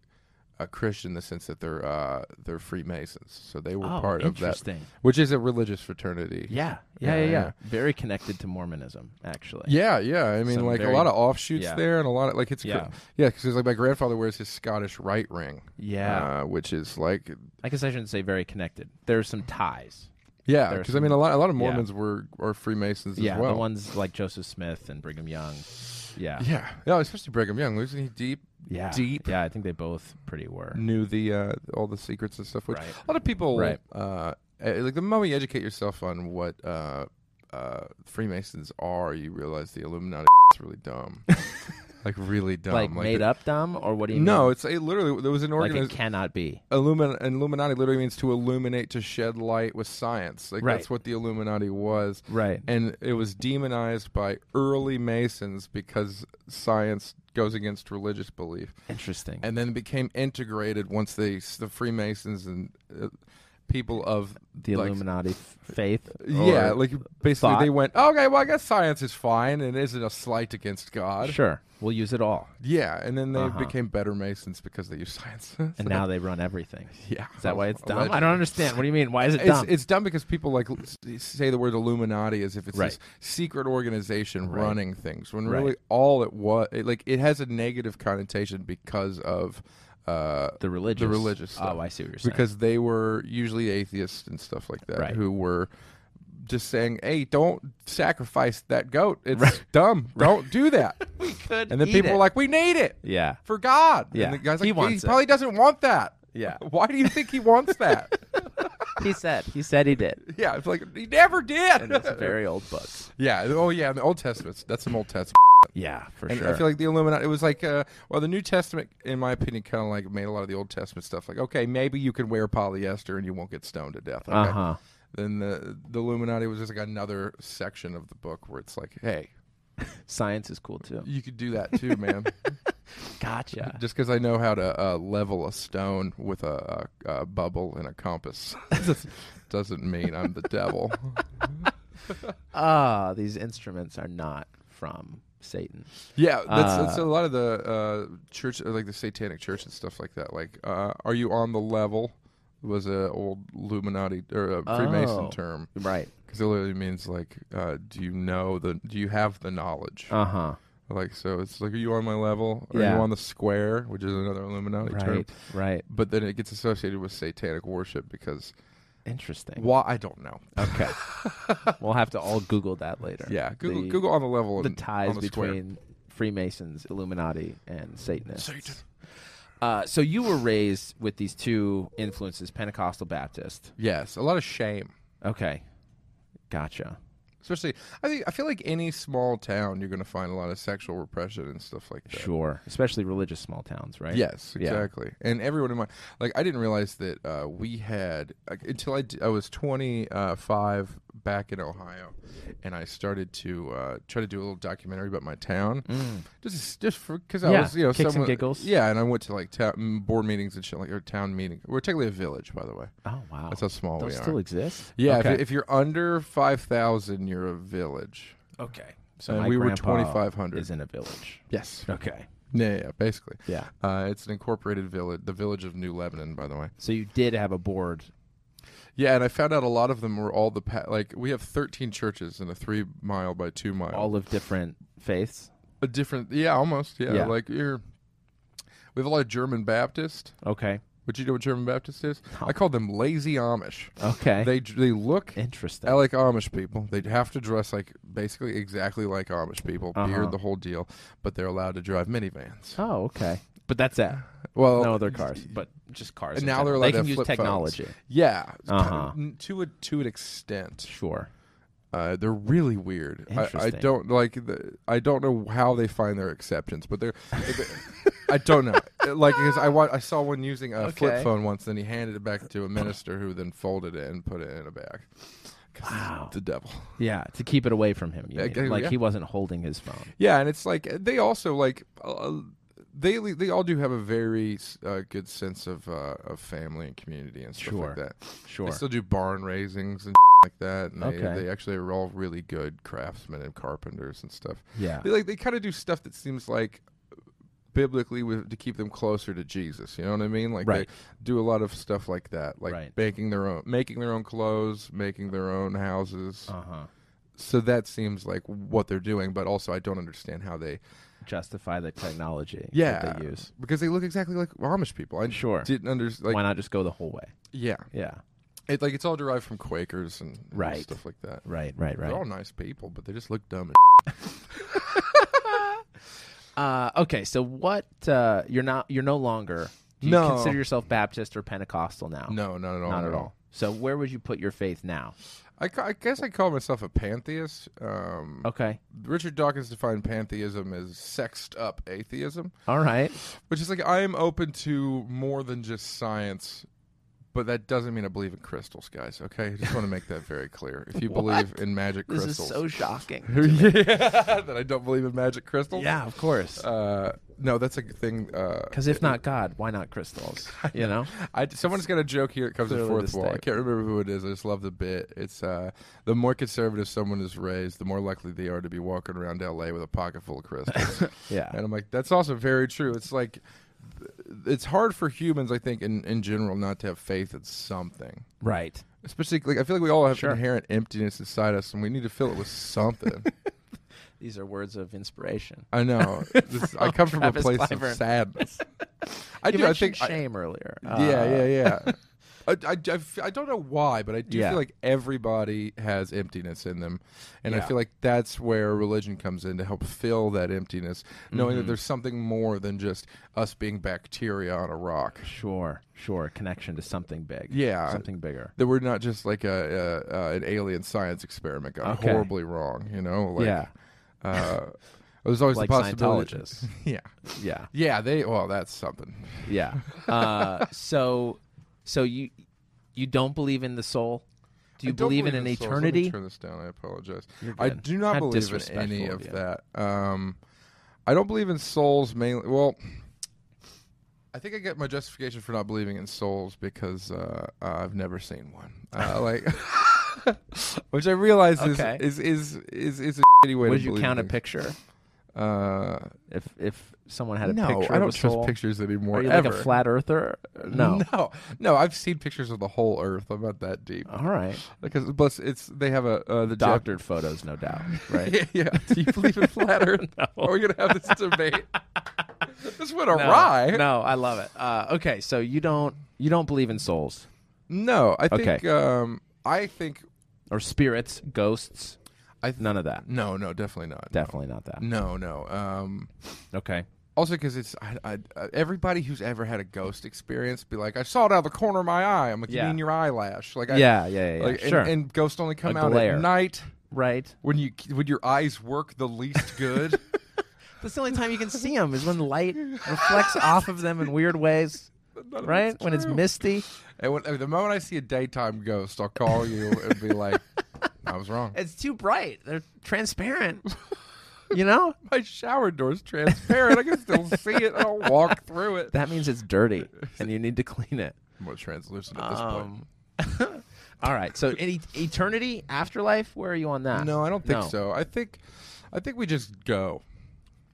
S3: a Christian in the sense that they're uh, they're Freemasons, so they were
S2: Oh,
S3: part of that,
S2: interesting.
S3: which is a religious fraternity.
S2: Yeah. Yeah,
S3: Yeah,
S2: yeah, yeah.
S3: yeah.
S2: Very connected to Mormonism, actually.
S3: Yeah, yeah. I mean,
S2: Some
S3: like a
S2: very-
S3: lot of offshoots
S2: yeah.
S3: there, and a lot of like it's cr- yeah,
S2: Yeah.
S3: because like my grandfather wears his Scottish right ring,
S2: Yeah.
S3: uh, which is like
S2: I guess I shouldn't say very connected. There are some ties.
S3: yeah,
S2: There are
S3: because I mean a lot a lot of
S2: yeah.
S3: Mormons were are Freemasons
S2: Yeah,
S3: as well.
S2: the ones like Joseph Smith and Brigham Young. Yeah.
S3: yeah, no, especially Brigham Young, wasn't he deep?
S2: Yeah.
S3: deep.
S2: Yeah, I think they both pretty were.
S3: Knew the uh, all the secrets and stuff. Which
S2: Right.
S3: a lot of people
S2: Right.
S3: uh, eh, like the moment you educate yourself on what uh, uh, Freemasons are, you realize the Illuminati is really dumb, like really dumb,
S2: like, made
S3: the-
S2: up dumb or what do you
S3: No,
S2: mean?
S3: it's it literally there was an
S2: like
S3: organization.
S2: it cannot be.
S3: Illumin- Illuminati literally means to illuminate, to shed light with science. Like
S2: Right.
S3: that's what the Illuminati was,
S2: Right.
S3: and it was demonized by early Masons because science goes against religious belief,
S2: Interesting.
S3: and then became integrated once they the Freemasons and uh, people of
S2: the
S3: like,
S2: Illuminati f- faith.
S3: Yeah,
S2: or-
S3: like basically
S2: thought.
S3: they went, okay, well I guess science is fine and isn't a slight against God.
S2: sure, we'll use it all.
S3: Yeah, and then they
S2: Uh-huh.
S3: became better Masons because they use science. So,
S2: And now they run everything.
S3: yeah,
S2: Is that why it's dumb?
S3: Allegedly.
S2: I don't understand. What do you mean? Why is it
S3: It's,
S2: dumb?
S3: it's dumb because people like l- s- say the word Illuminati as if it's
S2: Right.
S3: this secret organization
S2: Right.
S3: running things. When
S2: Right.
S3: really all it was, it, like it has a negative connotation because of uh,
S2: the religious.
S3: the religious stuff.
S2: Oh, I see what you're saying.
S3: because they were usually atheists and stuff like that
S2: Right.
S3: who were just saying, "Hey, don't sacrifice that goat. It's dumb. Don't do that."
S2: we could.
S3: and then
S2: eat
S3: people
S2: it.
S3: were like, "We need it
S2: yeah,
S3: for God."
S2: Yeah.
S3: And the guy's like,
S2: He
S3: "He,
S2: wants it."
S3: probably doesn't want that."
S2: Yeah.
S3: Why do you think he wants that?
S2: he said. He said he did.
S3: yeah, it's like he never did.
S2: And it's a very old book.
S3: yeah. Oh yeah, the Old Testament. That's some Old Testament.
S2: Yeah, for
S3: And
S2: sure.
S3: I feel like the Illuminati. It was like, uh, well, the New Testament, in my opinion, kind of like made a lot of the Old Testament stuff. Like, okay, maybe you can wear polyester and you won't get stoned to death. Okay.
S2: uh huh.
S3: Then the the Illuminati was just like another section of the book where it's like, hey,
S2: Science is cool too.
S3: you could do that too, man.
S2: Gotcha.
S3: just because I know how to uh, level a stone with a, a, a bubble and a compass doesn't mean I'm the devil.
S2: Ah, these instruments are not from Satan.
S3: Yeah, that's,
S2: Uh,
S3: that's a lot of the uh, church, uh, like the Satanic Church and stuff like that. Like, uh, are you on the level? Was a old Illuminati or a Freemason
S2: Oh.
S3: term
S2: Right.
S3: because it literally means like, uh, do you know the? Do you have the knowledge?
S2: Uh huh.
S3: like, so it's like, are you on my level? Are
S2: Yeah.
S3: you on the square? Which is another Illuminati term.
S2: Right. Right.
S3: But then it gets associated with Satanic worship because
S2: Interesting.
S3: why? I don't know.
S2: Okay. we'll have to all Google that later.
S3: Yeah, Google
S2: The-
S3: Google on the level
S2: the
S3: and
S2: ties
S3: on the square.
S2: between Freemasons, Illuminati, and Satanists. Uh, so you were raised with these two influences, Pentecostal Baptist.
S3: Yes, a lot of shame.
S2: Okay, gotcha.
S3: Especially, I think I feel like any small town, you're going to find a lot of sexual repression and stuff like that.
S2: Sure, especially religious small towns, right?
S3: Yes,
S2: Yeah.
S3: exactly. And everyone in my like, I didn't realize that uh, we had like, until I, d- I was 25 back in Ohio, and I started to uh, try to do a little documentary about my town, just just because I
S2: Mm. Yeah,
S3: was you know
S2: kicks and
S3: someone-
S2: giggles.
S3: Yeah, and I went to like ta- mm, board meetings and shit like or town meeting. We're technically a village, by the way.
S2: Oh wow,
S3: That's how small
S2: those
S3: we are.
S2: still exist.
S3: Yeah,
S2: Okay.
S3: if, if you're under five thousand, you're a village.
S2: okay. So
S3: And
S2: my
S3: we were
S2: grandpa
S3: 2,500.
S2: Is in a village.
S3: Yes.
S2: Okay.
S3: Yeah, yeah, basically.
S2: Yeah.
S3: Uh, it's an incorporated village, the village of New Lebanon, by the way.
S2: So you did have a board.
S3: Yeah, and I found out a lot of them were all the pa- like we have thirteen churches in a three mile by two mile.
S2: All of different faiths.
S3: a different, yeah, almost, yeah.
S2: Yeah.
S3: Like you're, we have a lot of German Baptist.
S2: Okay.
S3: What you know what German Baptist is?
S2: No.
S3: I call them lazy Amish.
S2: Okay.
S3: They they look
S2: Interesting.
S3: like Amish people. They have to dress like basically exactly like Amish people,
S2: Uh-huh.
S3: beard the whole deal, but they're allowed to drive minivans.
S2: oh, okay. But that's it.
S3: Well,
S2: No other cars, but just cars.
S3: and
S2: in
S3: now they're
S2: general.
S3: allowed
S2: they
S3: to
S2: can
S3: have
S2: use
S3: flip phones.
S2: technology.
S3: Yeah,
S2: Uh-huh.
S3: N- to a to an extent,
S2: Sure.
S3: uh, they're really weird. I, I
S2: Interesting.
S3: don't like. The, I don't know how they find their acceptance, but they're. I don't know. Like because I wa- I saw one using a
S2: Okay.
S3: flip phone once, and he handed it back to a minister who then folded it and put it in a bag. 'Cause
S2: Wow.
S3: the devil.
S2: Yeah, to keep it away from him. you
S3: Yeah,
S2: mean.
S3: Uh, yeah.
S2: Like he wasn't holding his phone.
S3: Yeah, and it's like they also like uh, they they all do have a very uh, good sense of uh, of family and community and stuff
S2: Sure.
S3: like that.
S2: Sure.
S3: They still do barn raisings and like that. And they,
S2: Okay.
S3: they actually are all really good craftsmen and carpenters and stuff.
S2: yeah.
S3: They like they kind of do stuff that seems like biblically with, to keep them closer to Jesus. You know what I mean? Like
S2: Right.
S3: they do a lot of stuff like that, like
S2: Right.
S3: making their own, making their own clothes, making their own houses.
S2: Uh huh.
S3: So that seems like what they're doing, but also I don't understand how they
S2: Justify the technology
S3: yeah
S2: that they use.
S3: because they look exactly like Amish people. I
S2: Sure.
S3: didn't understand.
S2: Why
S3: Like
S2: not just go the whole way?
S3: yeah,
S2: Yeah.
S3: it like it's all derived from Quakers and and
S2: Right.
S3: stuff like that.
S2: Right. Right.
S3: They're all nice people, but they just look dumb. As
S2: Uh, okay. So what? Uh, you're not. You're no longer. Do you
S3: No.
S2: consider yourself Baptist or Pentecostal now?
S3: No, not at all.
S2: Not at all. So where would you put your faith now?
S3: I, ca- I guess I call myself a pantheist. Um,
S2: Okay.
S3: Richard Dawkins defined pantheism as sexed up atheism,
S2: All right.
S3: which is like I am open to more than just science, But that doesn't mean I believe in crystals, guys. Okay, I just want to make that very clear. If you believe in magic
S2: This
S3: crystals,
S2: is so shocking.
S3: yeah, that I don't believe in magic crystals.
S2: yeah, of course.
S3: Uh, no, that's a good thing. Uh,
S2: Because if not God, why not crystals? You know?
S3: I, someone's got a joke here. It comes in
S2: Clearly
S3: fourth
S2: the
S3: wall. I
S2: state.
S3: can't remember who it is. I just love the bit. It's uh, the more conservative someone is raised, the more likely they are to be walking around L.A. with a pocket full of crystals.
S2: Yeah.
S3: and I'm like, that's also very true. It's like, it's hard for humans, I think, in in general, not to have faith in something.
S2: Right.
S3: Especially, like, I feel like we all have
S2: Sure.
S3: inherent emptiness inside us, and we need to fill it with something.
S2: These are words of inspiration.
S3: I know. This, I come from a
S2: Travis
S3: place
S2: Clyburn.
S3: of sadness. I
S2: you
S3: do. I
S2: mentioned
S3: think. I-
S2: shame earlier.
S3: yeah,
S2: Uh,
S3: yeah, yeah. I, I, I f- I don't know why, but I do
S2: Yeah.
S3: feel like everybody has emptiness in them. And I
S2: Yeah.
S3: feel like that's where religion comes in to help fill that emptiness, knowing
S2: Mm-hmm.
S3: that there's something more than just us being bacteria on a rock.
S2: Sure, sure. Connection to something big.
S3: Yeah.
S2: Something bigger.
S3: That we're not just like a, a, uh an alien science experiment gone
S2: Okay.
S3: horribly wrong, you know? Like,
S2: yeah.
S3: Uh, there's always
S2: Like
S3: the possibility.
S2: Scientologists.
S3: Yeah.
S2: yeah.
S3: Yeah, they, well, that's something.
S2: Yeah. Uh, so, so you you don't believe in the soul? Do you
S3: I don't
S2: believe, in an
S3: souls. Let me
S2: eternity?
S3: turn this down. I apologize.
S2: You're
S3: I
S2: good.
S3: do not
S2: How
S3: believe in
S2: disrespectful
S3: any
S2: of
S3: of
S2: you.
S3: that. Um, I don't believe in souls mainly. Well, I think I get my justification for not believing in souls because uh, I've never seen one. Uh, like, which I realize
S2: Okay.
S3: is, is is is is a shitty way
S2: Would
S3: to
S2: you
S3: believe
S2: count a
S3: in things.
S2: picture
S3: Uh,
S2: if if someone had a
S3: no,
S2: picture?
S3: I
S2: of
S3: don't
S2: a
S3: trust
S2: soul?
S3: pictures anymore.
S2: Are you
S3: ever.
S2: like a flat earther? No.
S3: no, no. I've seen pictures of the whole Earth. I'm not that deep
S2: All right.
S3: because plus it's they have a uh, the Jap-
S2: Doctored photos, no doubt. Right.
S3: Yeah, yeah. Do you believe in flat Earth?
S2: No.
S3: Are we gonna have this debate? this went
S2: No,
S3: awry. No,
S2: No, I love it. Uh, okay, so you don't you don't believe in souls
S3: I
S2: Okay.
S3: think um, I think
S2: or spirits, ghosts,
S3: I th-
S2: none of that.
S3: no, no, definitely not.
S2: Definitely not that.
S3: No, no. Um,
S2: Okay.
S3: also, because it's I, I, uh, everybody who's ever had a ghost experience be like, I saw it out of the corner of my eye. I'm like, you
S2: Yeah.
S3: mean your eyelash? Like, I,
S2: yeah, yeah, yeah. yeah.
S3: like, and-
S2: sure.
S3: And, ghosts only come
S2: A
S3: out
S2: glare.
S3: at night
S2: right.
S3: when you when your eyes work the least good.
S2: That's the only time you can see them is when light reflects off of them in weird ways,
S3: None of
S2: right? when it's
S3: true.
S2: misty.
S3: And when, the moment I see a daytime ghost, I'll call you and be like, I was wrong.
S2: It's too bright. They're transparent. You know?
S3: My shower door's transparent. I can still see it. and I'll walk through it.
S2: That means it's dirty and you need to clean it.
S3: More translucent at this point.
S2: Um, all right. So any eternity, afterlife, where are you on that?
S3: No, I don't think
S2: No.
S3: so. I think, I think we just go.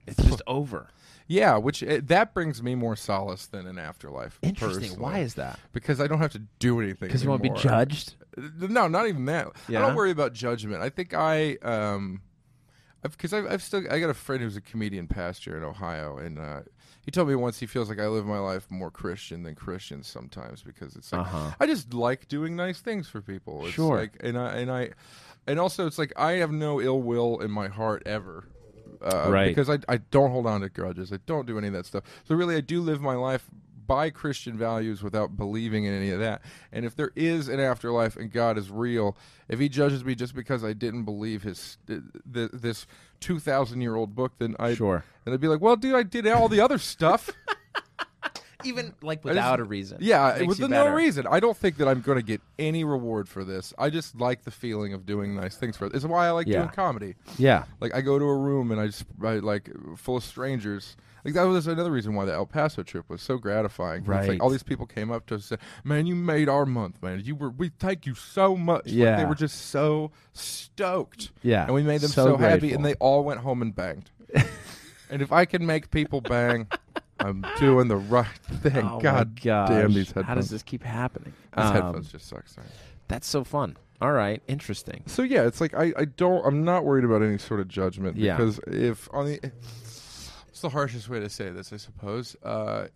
S2: It's just over.
S3: Yeah, which it, that brings me more solace than an afterlife.
S2: Interesting.
S3: personally.
S2: Why is that?
S3: Because I don't have to do anything.
S2: Because you won't be
S3: anymore.
S2: judged.
S3: No, not even that. I
S2: Yeah?
S3: don't worry about judgment. I think I um, because I've, I've still I got a friend who's a comedian pastor in Ohio, and uh, he told me once he feels like I live my life more Christian than Christians sometimes because it's like
S2: Uh-huh.
S3: I just like doing nice things for people. It's
S2: Sure.
S3: like, and I and I and also it's like I have no ill will in my heart ever. Uh,
S2: Right.
S3: Because I, I don't hold on to grudges. I don't do any of that stuff. So really, I do live my life by Christian values without believing in any of that. And if there is an afterlife and God is real, if He judges me just because I didn't believe His th- th- this two thousand year old book, then I
S2: Sure.
S3: then I'd be like, well, dude, I did all the other stuff.
S2: Even like
S3: just-
S2: without a reason.
S3: Yeah,
S2: Makes
S3: with
S2: you
S3: the no
S2: better.
S3: reason. I don't think that I'm going to get any reward for this. I just like the feeling of doing nice things for it. It's why I like
S2: Yeah.
S3: doing comedy.
S2: Yeah.
S3: Like I go to a room and I just I, like full of strangers. Like that was another reason why the El Paso trip was so gratifying. It's like
S2: Right.
S3: all these people came up to us and said, "Man, you made our month, man. You were we thank you so much." Like,
S2: Yeah.
S3: they were just so stoked.
S2: Yeah.
S3: and we made them so,
S2: So
S3: happy,
S2: grateful.
S3: and they all went home and banged. and if I can make people bang. I'm doing the right thing.
S2: Oh my
S3: God
S2: gosh.
S3: damn these headphones.
S2: How does this keep happening?
S3: These
S2: Um,
S3: headphones just suck. Sorry.
S2: That's so fun. All right, interesting.
S3: So yeah, it's like I, I don't I'm not worried about any sort of judgment
S2: Yeah.
S3: because if on the it's the harshest way to say this, I suppose. Uh,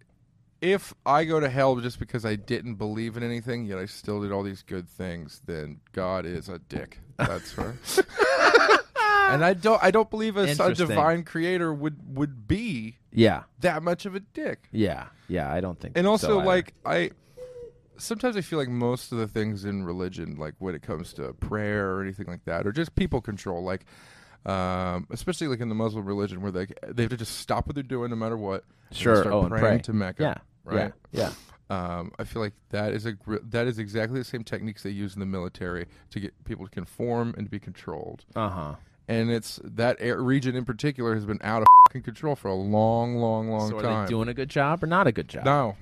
S3: if I go to hell just because I didn't believe in anything, yet I still did all these good things, then God is a dick. That's right. and I don't I don't believe a, a
S2: Interesting.
S3: divine creator would would be
S2: Yeah,
S3: that much of a dick.
S2: yeah, yeah. I don't think.
S3: and
S2: so
S3: also
S2: either.
S3: like i sometimes i feel like most of the things in religion like when it comes to prayer or anything like that or just people control like um, especially like in the muslim religion where they they have to just stop what they're doing no matter what and just
S2: sure.
S3: start
S2: oh, and
S3: praying
S2: pray
S3: to mecca
S2: Yeah,
S3: right
S2: yeah, yeah.
S3: Um, I feel like that is a gr- that is exactly the same techniques they use in the military to get people to conform and to be controlled.
S2: Uh huh.
S3: And it's that air region in particular has been out of fucking control for a long, long, long
S2: So are
S3: time.
S2: they doing a good job or not a good job?
S3: No.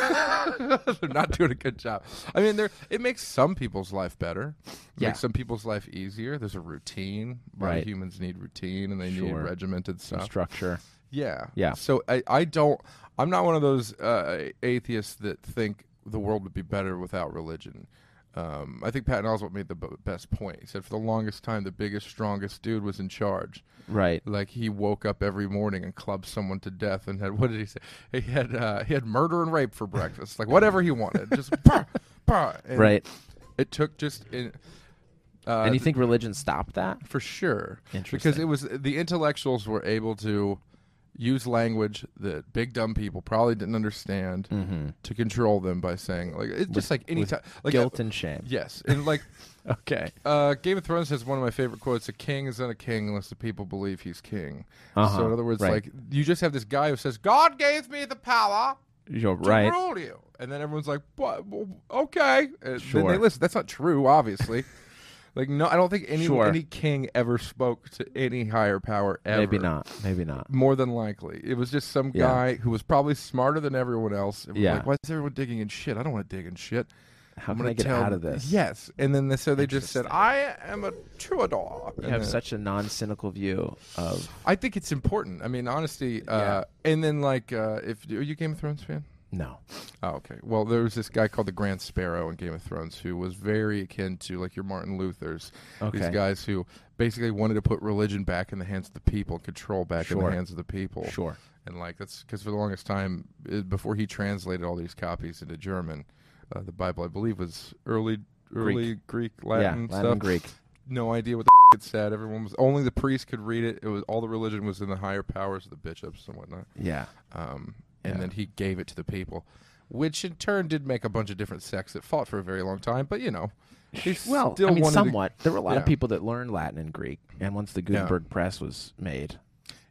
S3: they're not doing a good job. I mean, they're, it makes some people's life better. It
S2: Yeah.
S3: makes some people's life easier. There's a routine. A lot
S2: Right.
S3: of humans need routine and they need
S2: Sure.
S3: regimented
S2: Some
S3: stuff.
S2: structure.
S3: yeah.
S2: Yeah.
S3: So I, I don't, I'm not one of those uh, atheists that think the world would be better without religion. Um, I think Patton Oswalt made the b- best point. He said, for the longest time, the biggest, strongest dude was in charge
S2: Right.
S3: like he woke up every morning and clubbed someone to death and had what did he say he had uh, he had murder and rape for breakfast like whatever he wanted just bah, bah. And
S2: Right.
S3: it took just in, uh,
S2: and you think religion stopped that?
S3: for sure because
S2: Interesting.
S3: it was the intellectuals were able to use language that big dumb people probably didn't understand
S2: Mm-hmm.
S3: to control them by saying like it's just like any time like uh,
S2: Guilt and shame.
S3: yes and like
S2: Okay.
S3: uh, Game of Thrones has one of my favorite quotes: "A king is not a king unless the people believe he's king."
S2: Uh-huh,
S3: So in other words,
S2: right.
S3: like you just have this guy who says, "God gave me the power
S2: You're
S3: to
S2: right.
S3: rule you," and then everyone's like, "What? Well, Okay." And Then
S2: Sure.
S3: they listen. That's not true, obviously. like no, I don't think any
S2: Sure.
S3: any king ever spoke to any higher power ever.
S2: Maybe not. Maybe not.
S3: More than likely, it was just some
S2: Yeah.
S3: guy who was probably smarter than everyone else. It was
S2: Yeah.
S3: Like, why is everyone digging in shit? I don't want to dig in shit.
S2: How
S3: I'm
S2: can
S3: gonna
S2: I get
S3: tell-
S2: out of this?
S3: Yes, and then they, so they just said, "I am a troubadour."
S2: You
S3: And
S2: have
S3: then-
S2: such a non-cynical view of
S3: I think it's important. I mean, honesty. Uh, And then, like, uh, if are you a Game of Thrones fan?
S2: no.
S3: Oh, okay. Well, there was this guy called the Grand Sparrow in Game of Thrones who was very akin to like your Martin Luther's. These
S2: Okay.
S3: guys who basically wanted to put religion back in the hands of the people, control back in
S2: Sure.
S3: the hands of the people.
S2: Sure.
S3: And like that's because for the longest time, uh before he translated all these copies into German, uh, the Bible I believe was early. Early Greek, Latin,
S2: yeah.
S3: stuff.
S2: Latin Greek.
S3: no idea what the it said. Everyone was only the priest could read it. It was all the religion was in the higher powers of the bishops and whatnot.
S2: Yeah.
S3: Um, and
S2: Yeah.
S3: then he gave it to the people, which in turn did make a bunch of different sects that fought for a very long time. But you know, they
S2: Well,
S3: still
S2: I mean,
S3: wanted
S2: somewhat. There were a lot of
S3: yeah.
S2: people that learned Latin and Greek, and once the Gutenberg press was made,
S3: To,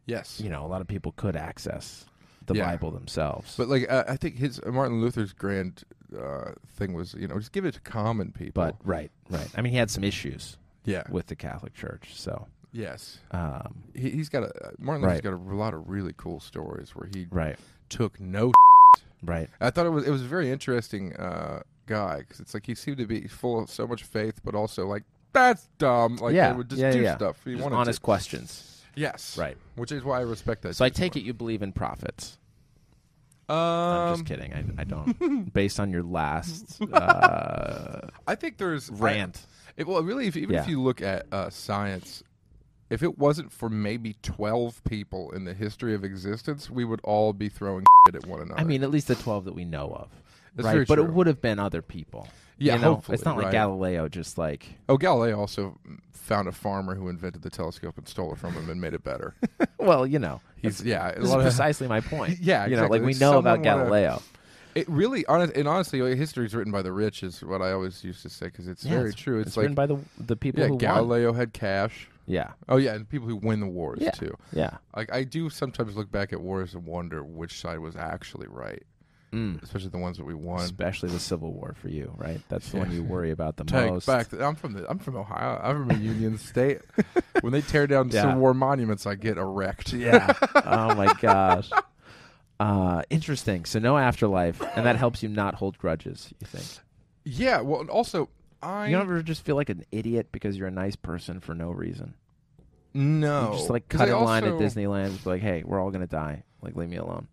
S3: yes,
S2: you know, a lot of people could access the
S3: Yeah.
S2: Bible themselves.
S3: but like uh, I think his uh, Martin Luther's grand uh, thing was you know just give it to common people.
S2: But right, right. I mean, he had some issues
S3: yeah,
S2: with the Catholic Church, so
S3: yes,
S2: um,
S3: he, he's got a uh, Martin Luther's
S2: Right.
S3: got a lot of really cool stories where he
S2: right,
S3: took no
S2: right.
S3: I thought it was it was a very interesting uh, guy because it's like he seemed to be full of so much faith, but also like that's dumb. Like
S2: yeah,
S3: they would just
S2: yeah,
S3: do
S2: yeah.
S3: stuff. He
S2: Just
S3: wanted
S2: honest
S3: to.
S2: questions.
S3: yes,
S2: Right.
S3: Which is why I respect that.
S2: So I take it you believe in prophets.
S3: Um,
S2: I'm just kidding. I, I don't. Based on your last uh,
S3: I think there's
S2: rant,
S3: I- it- well, really, if, even if
S2: Yeah.
S3: you look at uh, science, if it wasn't for maybe twelve people in the history of existence, we would all be throwing shit at one another.
S2: I mean, at least the twelve that we know of,
S3: That's
S2: right?
S3: very
S2: but it
S3: true.
S2: would have been other people.
S3: Yeah,
S2: you know?
S3: hopefully,
S2: it's not like
S3: right.
S2: Galileo just like
S3: oh, Galileo also found a farmer who invented the telescope and stole it from him and made it better.
S2: Well, you know,
S3: He's yeah, a
S2: this is
S3: lot of-
S2: precisely my point.
S3: Yeah,
S2: you know,
S3: exactly.
S2: like we
S3: Like,
S2: know about
S3: someone wanna-
S2: Galileo.
S3: It really, honest, and honestly, like, history is written by the rich is what I always used to say because it's
S2: Yeah,
S3: very true. It's,
S2: written
S3: like
S2: by the the people
S3: yeah,
S2: who won.
S3: Galileo had cash.
S2: Yeah,
S3: Oh yeah, and people who win the wars
S2: Yeah.
S3: too.
S2: yeah,
S3: Like I do sometimes look back at wars and wonder which side was actually right,
S2: Mm.
S3: especially the ones that we won.
S2: especially the Civil War for you, right? That's the one you worry about the
S3: Take
S2: most.
S3: back. the- I'm from the. I'm from Ohio. I'm from a Union State. When they tear down
S2: Yeah.
S3: Civil War monuments, I get erect.
S2: Yeah. oh my gosh. Uh, interesting. So no afterlife, and that helps you not hold grudges. You think?
S3: Yeah. Well, and also I
S2: You don't ever just feel like an idiot because you're a nice person for no reason.
S3: no
S2: You just like
S3: 'Cause
S2: cut
S3: I
S2: in line at
S3: also-
S2: Disneyland, just be like, hey, we're all gonna die. Like, leave me alone.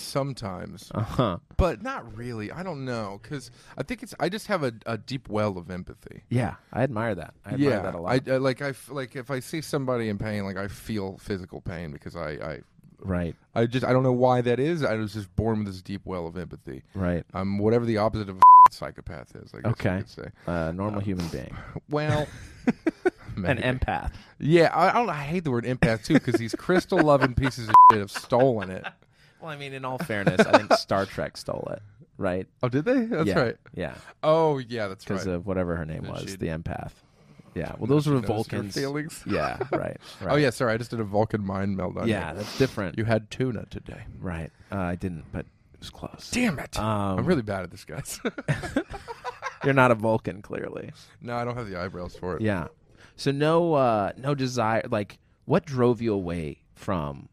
S3: sometimes.
S2: Uh huh.
S3: but not really. I don't know because I think it's. I just have a, a deep well of empathy.
S2: Yeah, I admire that. I admire
S3: yeah,
S2: that a lot.
S3: I, I like. I f- like if I see somebody in pain, like I feel physical pain because I,
S2: right.
S3: I, I just I don't know why that is. I was just born with this deep well of empathy.
S2: Right.
S3: I'm whatever the opposite of psychopath is. I guess
S2: Okay.
S3: You could say.
S2: Uh, normal human being.
S3: Well.
S2: An
S3: maybe.
S2: empath.
S3: yeah, I, I don't. I hate the word empath too because these crystal loving pieces of shit have stolen it.
S2: Well, I mean, in all fairness, I think Star Trek stole it. Right.
S3: Oh, did they? That's
S2: yeah.
S3: right.
S2: Yeah.
S3: Oh, yeah, that's right.
S2: Because of whatever her name was,
S3: she-
S2: the empath. Yeah. Well, those were
S3: Knows your
S2: Vulcans.
S3: feelings.
S2: Yeah. Right. right.
S3: Oh yeah, sorry. I just did a Vulcan mind meld on you.
S2: Yeah, that's different.
S3: You had tuna today.
S2: Right. Uh, I didn't, but It was close.
S3: Damn it!
S2: Um,
S3: I'm really bad at this, guys.
S2: You're not a Vulcan, clearly.
S3: no, I don't have the eyebrows for it.
S2: Yeah. So no, uh, no desire. Like, what drove you away from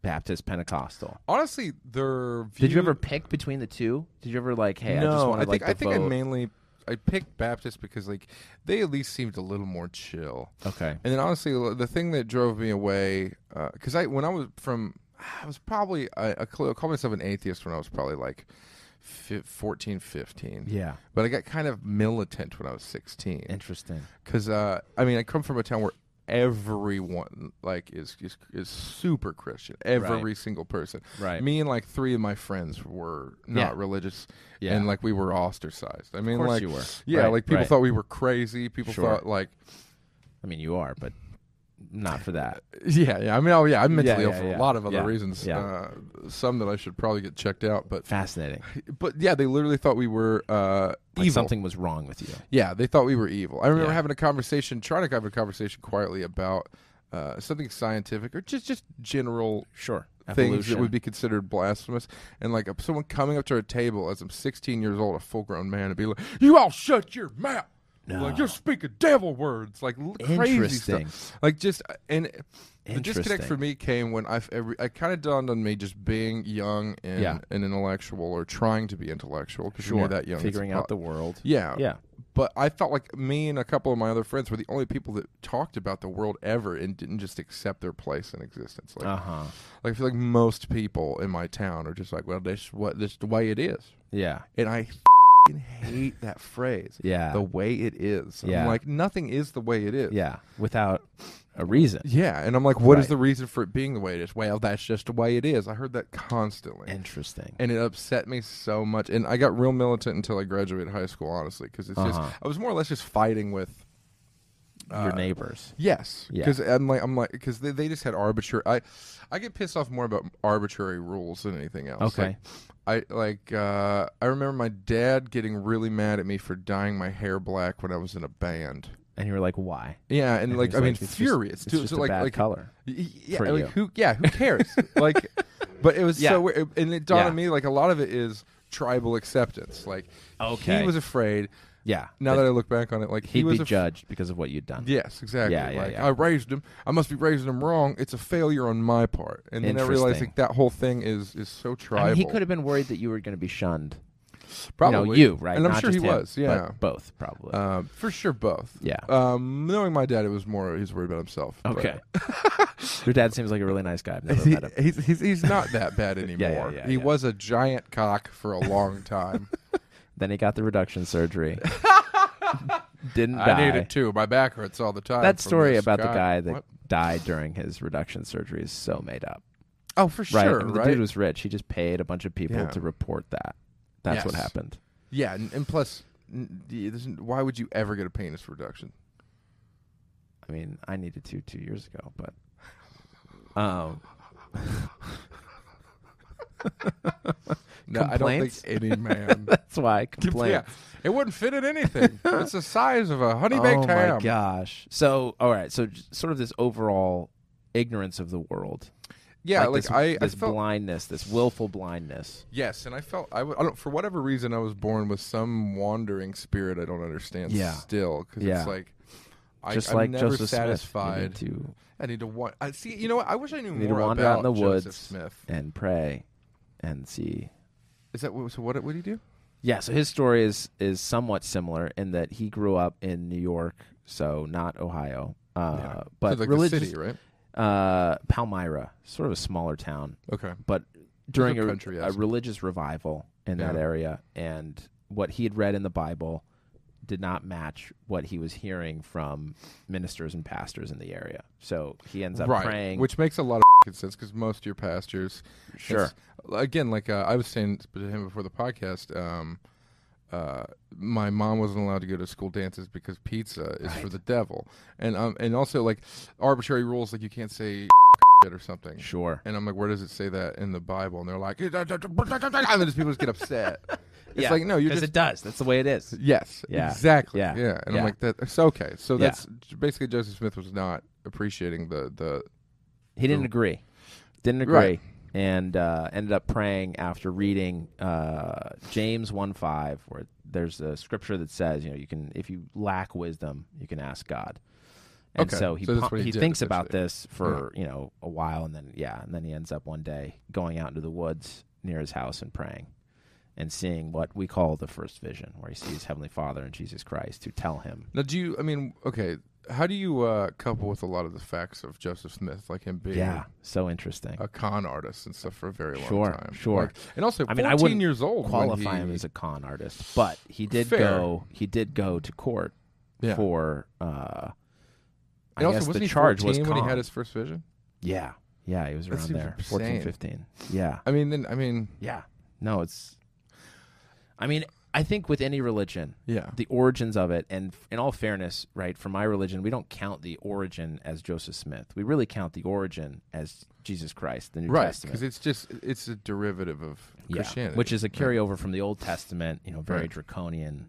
S2: Baptist Pentecostal?
S3: Honestly, their view...
S2: Did you ever pick between the two? Did you ever like, hey, I just
S3: no,
S2: want
S3: I
S2: to like
S3: think I think I
S2: devote-
S3: mainly I picked Baptist because like they at least seemed a little more chill.
S2: Okay.
S3: And then honestly, l- the thing that drove me away, because I when I was from, I was probably I, I call call myself an atheist when I was probably like fi- 14, 15.
S2: Yeah.
S3: But I got kind of militant when I was sixteen.
S2: Interesting.
S3: Because uh, I mean, I come from a town where everyone like is is, is super Christian. Every
S2: Right.
S3: single person.
S2: Right.
S3: Me and like three of my friends were not
S2: Yeah.
S3: religious.
S2: Yeah.
S3: And like we were ostracized. I mean,
S2: course
S3: like
S2: you were.
S3: Yeah,
S2: Right,
S3: like people
S2: right.
S3: thought we were crazy. People
S2: Sure.
S3: thought like
S2: I mean, you are, but not for that.
S3: yeah, yeah. I mean, oh yeah, I'm mentally ill
S2: yeah,
S3: for
S2: yeah.
S3: a lot of other
S2: Yeah,
S3: reasons.
S2: yeah.
S3: Uh, some that I should probably get checked out. But
S2: Fascinating.
S3: but yeah, they literally thought we were uh,
S2: Like
S3: evil.
S2: something was wrong with you.
S3: Yeah, they thought we were evil. I remember
S2: Yeah.
S3: having a conversation, trying to have a conversation quietly about uh, something scientific or just just general
S2: Sure.
S3: things that would be considered blasphemous, and like someone coming up to a table as I'm 16 years old, a full grown man, and be like, "You all shut your mouth." Like you're speaking devil words, like l- crazy
S2: Interesting.
S3: stuff. Like just and the disconnect
S2: Interesting.
S3: for me came when I've every I kind of dawned on me just being young and
S2: Yeah.
S3: an intellectual or trying to be intellectual because
S2: sure.
S3: you're that young, it's
S2: figuring out
S3: pro-
S2: the world.
S3: yeah,
S2: Yeah.
S3: But I felt like me and a couple of my other friends were the only people that talked about the world ever and didn't just accept their place in existence. Like,
S2: Uh huh.
S3: like I feel like most people in my town are just like, well, this is what this is the way it is,
S2: Yeah.
S3: and I fing hate that phrase.
S2: Yeah.
S3: The way it is.
S2: Yeah.
S3: I'm like, nothing is the way it is.
S2: yeah. Without a reason.
S3: Yeah, and I'm like, what is
S2: Right.
S3: the reason for it being the way it is? Well, that's just the way it is. I heard that constantly, and,
S2: Interesting.
S3: it upset me so much. And I got real militant until I graduated high school, honestly, because it's
S2: Uh-huh.
S3: just I was more or less just fighting with.
S2: Your neighbors.
S3: Yes,
S2: Yeah.
S3: because I'm like I'm like because they, they just had arbitrary. I I get pissed off more about arbitrary rules than anything else.
S2: Okay.
S3: Like, I like uh, I remember my dad getting really mad at me for dyeing my hair black when I was in a band.
S2: And you were like, why?
S3: Yeah, and,
S2: And
S3: like
S2: he's
S3: I mean,
S2: it's just-
S3: furious
S2: it's
S3: too.
S2: just
S3: so
S2: a
S3: like
S2: bad
S3: like
S2: color.
S3: Y- y- Yeah,
S2: for
S3: like
S2: you.
S3: who? Yeah, who cares? like, but it was
S2: Yeah.
S3: so weird, and it dawned
S2: Yeah.
S3: on me like a lot of it is tribal acceptance. Like,
S2: Okay.
S3: he was afraid.
S2: Yeah.
S3: Now that I look back on it, like
S2: he'd
S3: he was
S2: be
S3: af-
S2: judged because of what you'd done.
S3: Yes, exactly.
S2: Yeah, yeah,
S3: like
S2: yeah.
S3: I raised him. I must be raising him wrong. It's a failure on my part. And then I realized
S2: Interesting.
S3: like that whole thing is is so
S2: I
S3: tribal.
S2: mean, he could have been worried that you were going to be shunned. You know,
S3: probably
S2: you, right?
S3: And I'm
S2: Not
S3: sure he
S2: just him,
S3: was. Yeah.
S2: but both probably.
S3: Um, for sure, both.
S2: Yeah.
S3: Um, knowing my dad, it was more he was worried about himself. but-
S2: okay. Your dad seems like a really nice guy. I've never
S3: He-
S2: met him.
S3: he's, he's he's not that bad
S2: yeah,
S3: anymore.
S2: yeah,
S3: he
S2: yeah.
S3: was a giant cock for a long time.
S2: Then he got the reduction surgery. Didn't die.
S3: I needed to. My back hurts all the time.
S2: that
S3: from
S2: story
S3: this
S2: about the guy that
S3: What?
S2: died during his reduction surgery is so made up.
S3: Oh, for
S2: Right?
S3: sure.
S2: I mean, the
S3: right.
S2: dude was rich. He just paid a bunch of people
S3: Yeah.
S2: to report that. That's what
S3: Yes.
S2: happened.
S3: yeah, and, and plus, n- y- there's n- why would you ever get a penis reduction?
S2: I mean, I needed to two years ago, but um,
S3: No, I don't
S2: Complaints?
S3: think any man.
S2: that's why I complained.
S3: yeah, it wouldn't fit in anything. it's the size of a honey baked
S2: oh
S3: ham.
S2: my gosh! So, all right. So, j- sort of this overall ignorance of the world.
S3: Yeah, like,
S2: this,
S3: I,
S2: this
S3: I felt
S2: blindness, this willful blindness.
S3: yes, and I felt I, w- I don't for whatever reason I was born with some wandering spirit I don't understand.
S2: Yeah.
S3: still because
S2: Yeah.
S3: it's like. I,
S2: just
S3: I'm
S2: like
S3: never
S2: Joseph
S3: satisfied.
S2: Smith, you need to
S3: I need to want. I see. You know what? I wish I knew
S2: need to
S3: more
S2: wander
S3: about
S2: out in the
S3: Joseph
S2: woods.
S3: Smith.
S2: and pray and see.
S3: Is that what? So what? What did he do?
S2: Yeah, so his story is is somewhat similar in that he grew up in New York, so not Ohio, uh,
S3: Yeah.
S2: but
S3: So, like
S2: religious,
S3: the city, right?
S2: uh, Palmyra, sort of a smaller town,
S3: Okay.
S2: but during
S3: a
S2: a,
S3: country,
S2: a
S3: yes.
S2: religious revival in that
S3: Yeah.
S2: area, and what he had read in the Bible did not match what he was hearing from ministers and pastors in the area. So he ends up
S3: right.
S2: praying,
S3: Which makes a lot of f***ing sense because most of your pastors,
S2: Sure.
S3: it's- Again, like uh, I was saying to him before the podcast, um, uh, my mom wasn't allowed to go to school dances because pizza is for the devil, and um, and also like arbitrary rules, like you can't say shit or something.
S2: sure,
S3: And I'm like, where does it say that in the Bible? And they're like, and then just people just get upset. It's
S2: Yeah,
S3: like, no, you're
S2: 'cause
S3: just
S2: it does. That's the way it is.
S3: Yes.
S2: Yeah.
S3: Exactly.
S2: Yeah.
S3: Yeah. And
S2: Yeah.
S3: I'm like, that's okay. So
S2: Yeah.
S3: that's basically Joseph Smith was not appreciating the the
S2: He didn't agree. Didn't agree.
S3: Right.
S2: and uh, ended up praying after reading uh, James one five, where there's a scripture that says, you know, you can if you lack wisdom, you can ask God. And
S3: Okay,
S2: so he
S3: so that's
S2: pon-
S3: what he
S2: he
S3: did,
S2: thinks about
S3: essentially.
S2: this for you know a while, and then yeah, and then he ends up one day going out into the woods near his house and praying. And seeing what we call the first vision, where he sees Heavenly Father and Jesus Christ, who tell him
S3: Now, do you? I mean, okay. How do you uh, couple with a lot of the facts of Joseph Smith, like him being
S2: Yeah, so interesting.
S3: a con artist and stuff for a very long
S2: Sure,
S3: time?
S2: sure.
S3: Like- and also,
S2: I mean, I
S3: 14
S2: wouldn't
S3: years old. when
S2: Qualify him
S3: he-
S2: as a con artist, but he did
S3: Fair.
S2: go. He did go to court
S3: Yeah.
S2: for. Uh, I
S3: And also,
S2: guess
S3: wasn't
S2: the
S3: he
S2: charge
S3: 14
S2: was
S3: when he
S2: con.
S3: had his first vision?
S2: yeah, yeah, he was
S3: That
S2: around
S3: seems
S2: there, fourteen,
S3: insane.
S2: fifteen. 14, 15. Yeah,
S3: I mean, then I mean,
S2: yeah. No, it's. I mean, I think with any religion,
S3: yeah,
S2: the origins of it, and f- in all fairness, right, for my religion, we don't count the origin as Joseph Smith. We really count the origin as Jesus Christ, the New
S3: right.
S2: Testament.
S3: Because it's just it's a derivative of Christianity,
S2: which is a carryover from the Old Testament, you know, very
S3: Right.
S2: draconian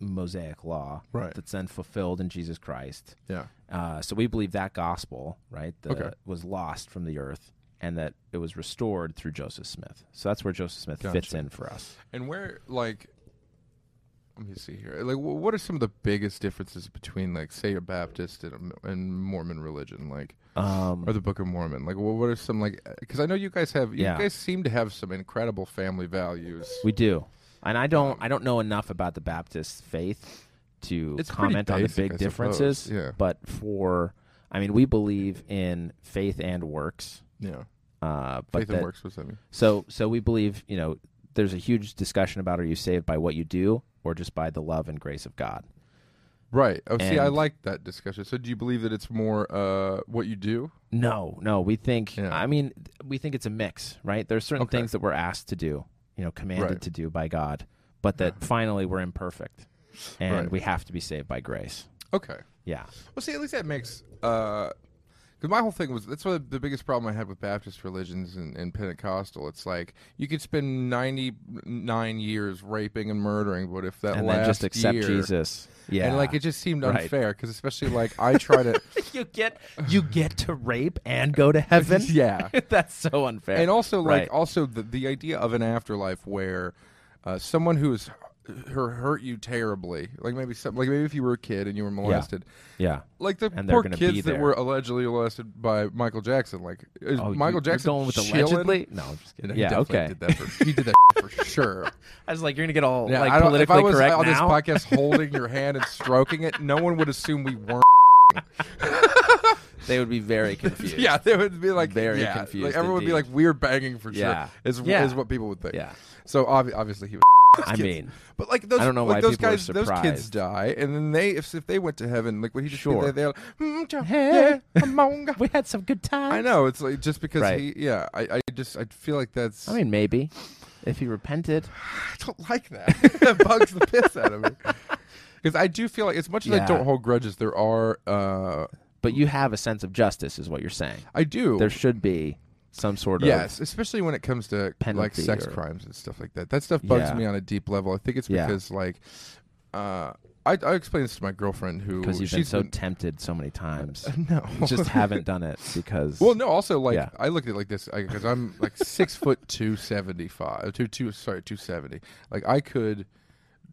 S2: Mosaic law
S3: Right.
S2: that's then fulfilled in Jesus Christ.
S3: yeah,
S2: Uh, so we believe that gospel, right, that
S3: Okay.
S2: was lost from the earth and that it was restored through Joseph Smith. So that's where Joseph Smith fits
S3: Gotcha.
S2: in for us.
S3: and where like. Let me see here. Like, wh- what are some of the biggest differences between, like, say, a Baptist and, a, Mo- and Mormon religion? Like,
S2: Um,
S3: or the Book of Mormon? Like, wh- what are some like? Because I know you guys have, you
S2: Yeah.
S3: guys seem to have some incredible family values.
S2: we do. And I don't I don't know enough about the Baptist faith to
S3: It's pretty
S2: comment on the
S3: basic,
S2: big
S3: I
S2: differences,
S3: suppose. Yeah.
S2: but for I mean, we believe in faith and works.
S3: yeah,
S2: Uh, but
S3: faith
S2: that,
S3: and works was I mean.
S2: So so we believe, you know, there's a huge discussion about are you saved by what you do or just by the love and grace of God?
S3: Right. Oh, see, I
S2: And-
S3: like that discussion. So, do you believe that it's more uh, what you do?
S2: No, no, we think
S3: Yeah.
S2: I mean th- we think it's a mix, right? There's certain
S3: Okay.
S2: things that we're asked to do, you know, commanded
S3: Right.
S2: to do by God, but that finally we're imperfect and
S3: Right.
S2: we have to be saved by grace.
S3: Okay.
S2: Yeah.
S3: Well, see, at least that makes. Because my whole thing was that's what the biggest problem I had with Baptist religions and, and Pentecostal. It's like you could spend ninety nine years raping and murdering, but if that
S2: and
S3: last
S2: then just accept
S3: year,
S2: Jesus. Yeah.
S3: and like it just seemed
S2: Right.
S3: unfair because especially like I try to.
S2: you get you get to rape and go to heaven.
S3: Yeah.
S2: That's so unfair.
S3: and also like
S2: Right.
S3: also the, the idea of an afterlife where uh, someone who is who hurt you terribly like maybe some, like maybe if you were a kid and you were molested
S2: yeah.
S3: like the
S2: And they're
S3: poor
S2: gonna be
S3: kids that
S2: there.
S3: were allegedly molested by michael jackson like is
S2: Oh, you-
S3: michael
S2: you're
S3: jackson
S2: going with
S3: chilling?
S2: allegedly? No, I'm just
S3: You
S2: kidding.
S3: know, he
S2: yeah,
S3: definitely
S2: okay.
S3: did that for, he did that for sure
S2: I was like, you're gonna get all
S3: yeah,
S2: like
S3: I don't, if i
S2: politically
S3: was
S2: correct
S3: on this
S2: now.
S3: podcast holding your hand and stroking it no one would assume we weren't
S2: they would be very confused.
S3: yeah they would be like
S2: Very
S3: yeah, like
S2: confused
S3: everyone would be
S2: indeed.
S3: like we're banging for
S2: Yeah.
S3: sure is,
S2: Yeah.
S3: is what people would think
S2: yeah.
S3: so obvi- obviously he was
S2: I mean,
S3: But like those,
S2: I don't know
S3: like
S2: why
S3: those
S2: people are
S3: guys, those kids
S2: surprised.
S3: die, and then they, if, if they went to heaven, like would he just
S2: Sure.
S3: be there? They're like, "Mm, cha-
S2: Hey."
S3: yeah, amonga."
S2: we had some good times.
S3: I know it's like just because
S2: Right.
S3: he, yeah, I, I just I feel like that's
S2: I mean, maybe if he repented.
S3: I don't like that. that bugs the piss out of me because I do feel like as much as I
S2: Yeah.
S3: don't hold grudges, there are, uh
S2: But you have a sense of justice, is what you're saying.
S3: I do.
S2: There should be some sort of
S3: Yes, especially when it comes to like
S2: Penalty
S3: sex
S2: or-
S3: crimes and stuff like that. That stuff bugs
S2: Yeah.
S3: me on a deep level. I think it's
S2: Yeah.
S3: because like, uh, I I explained this to my girlfriend who
S2: because you've been
S3: she's
S2: so tempted so many times.
S3: no
S2: You just haven't done it because
S3: Well, no. Also, like
S2: Yeah.
S3: I looked at it like this because I'm like six foot two seventy five, two two sorry two seventy. Like I could,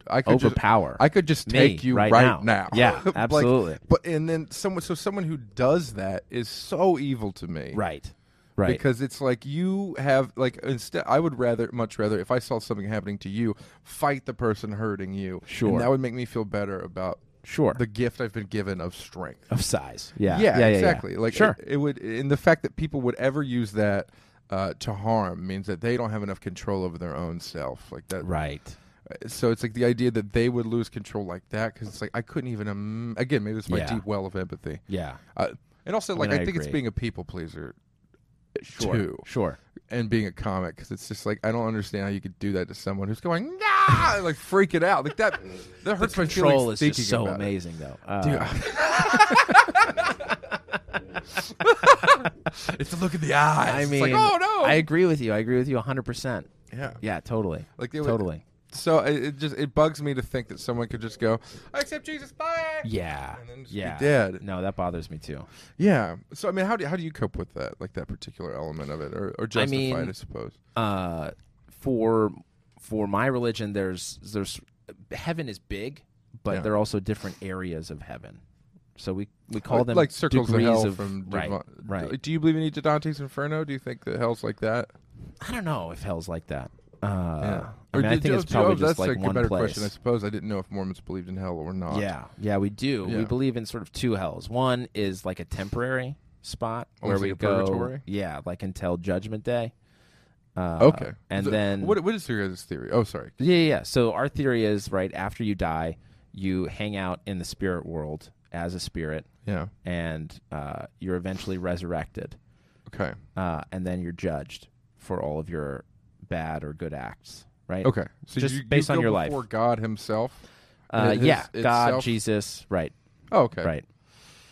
S3: I could just,
S2: overpower.
S3: I could just
S2: Me,
S3: take you
S2: right
S3: right,
S2: now. Yeah,
S3: Like,
S2: absolutely.
S3: but and then someone, so someone who does that is so evil to me,
S2: right, right.
S3: Because it's like you have like instead, I would rather much rather if I saw something happening to you, fight the person hurting you. and
S2: Sure.
S3: that would make me feel better about
S2: sure,
S3: the gift I've been given of strength
S2: of size. Yeah,
S3: yeah,
S2: yeah,
S3: exactly. Like
S2: sure,
S3: it, it would, and the fact that people would ever use that uh, to harm means that they don't have enough control over their own self. Like that, uh,
S2: right.
S3: so it's like the idea that they would lose control like that because it's like I couldn't even. Im- again, maybe it's my
S2: Yeah.
S3: deep well of empathy,
S2: Yeah,
S3: uh, and also like I,
S2: mean, I
S3: think it's
S2: agree.
S3: being a people pleaser
S2: sure,
S3: too,
S2: sure.
S3: and being a comic because it's just like I don't understand how you could do that to someone who's going nah, and, like freaking out like that. That hurts my
S2: Control
S3: feelings.
S2: is
S3: thinking
S2: just so
S3: about it.
S2: amazing, though. Uh,
S3: It's the look in the eyes.
S2: I
S3: It's
S2: mean,
S3: like, oh no,
S2: I agree with you. I agree with you 100%.
S3: yeah.
S2: Yeah, totally.
S3: Like they would-
S2: totally.
S3: so it, it just it bugs me to think that someone could just go, I accept Jesus, bye.
S2: Yeah.
S3: And then just be
S2: yeah.
S3: dead.
S2: No, that bothers me too.
S3: Yeah. So I mean, how do how do you cope with that, like that particular element of it, or or justify it,
S2: mean-
S3: I suppose.
S2: Uh, for for my religion, there's there's heaven is big, but
S3: Yeah.
S2: there are also different areas of heaven. So we we call
S3: like,
S2: them
S3: like circles
S2: degrees
S3: of hell from
S2: right,
S3: Devon-
S2: right.
S3: Do you believe in any De Dante's Inferno? Do you think that hell's like that?
S2: I don't know if hell's like that. Uh, I,
S3: Or
S2: mean, I
S3: did-
S2: think it's
S3: oh,
S2: probably
S3: oh,
S2: just
S3: that's
S2: like
S3: a
S2: one
S3: better
S2: place.
S3: question. I suppose I didn't know if Mormons believed in hell or not.
S2: Yeah, yeah, we do.
S3: Yeah.
S2: We believe in sort of two hells. One is like a temporary spot where
S3: Almost
S2: we
S3: like Oh, a
S2: go,
S3: purgatory?
S2: yeah, like until Judgment Day. Uh,
S3: Okay.
S2: and
S3: So
S2: then
S3: what what is your guys' theory? Oh, sorry.
S2: yeah, yeah, yeah. So our theory is right after you die, you hang out in the spirit world as a spirit,
S3: Yeah.
S2: and uh, you're eventually resurrected,
S3: Okay.
S2: uh, and then you're judged for all of your bad or good acts. Right.
S3: Okay. So
S2: Just
S3: you,
S2: based
S3: you
S2: on
S3: go
S2: your life.
S3: before God Himself.
S2: Uh,
S3: It is
S2: yeah. God,
S3: itself-
S2: Jesus. Right.
S3: Oh, okay.
S2: Right.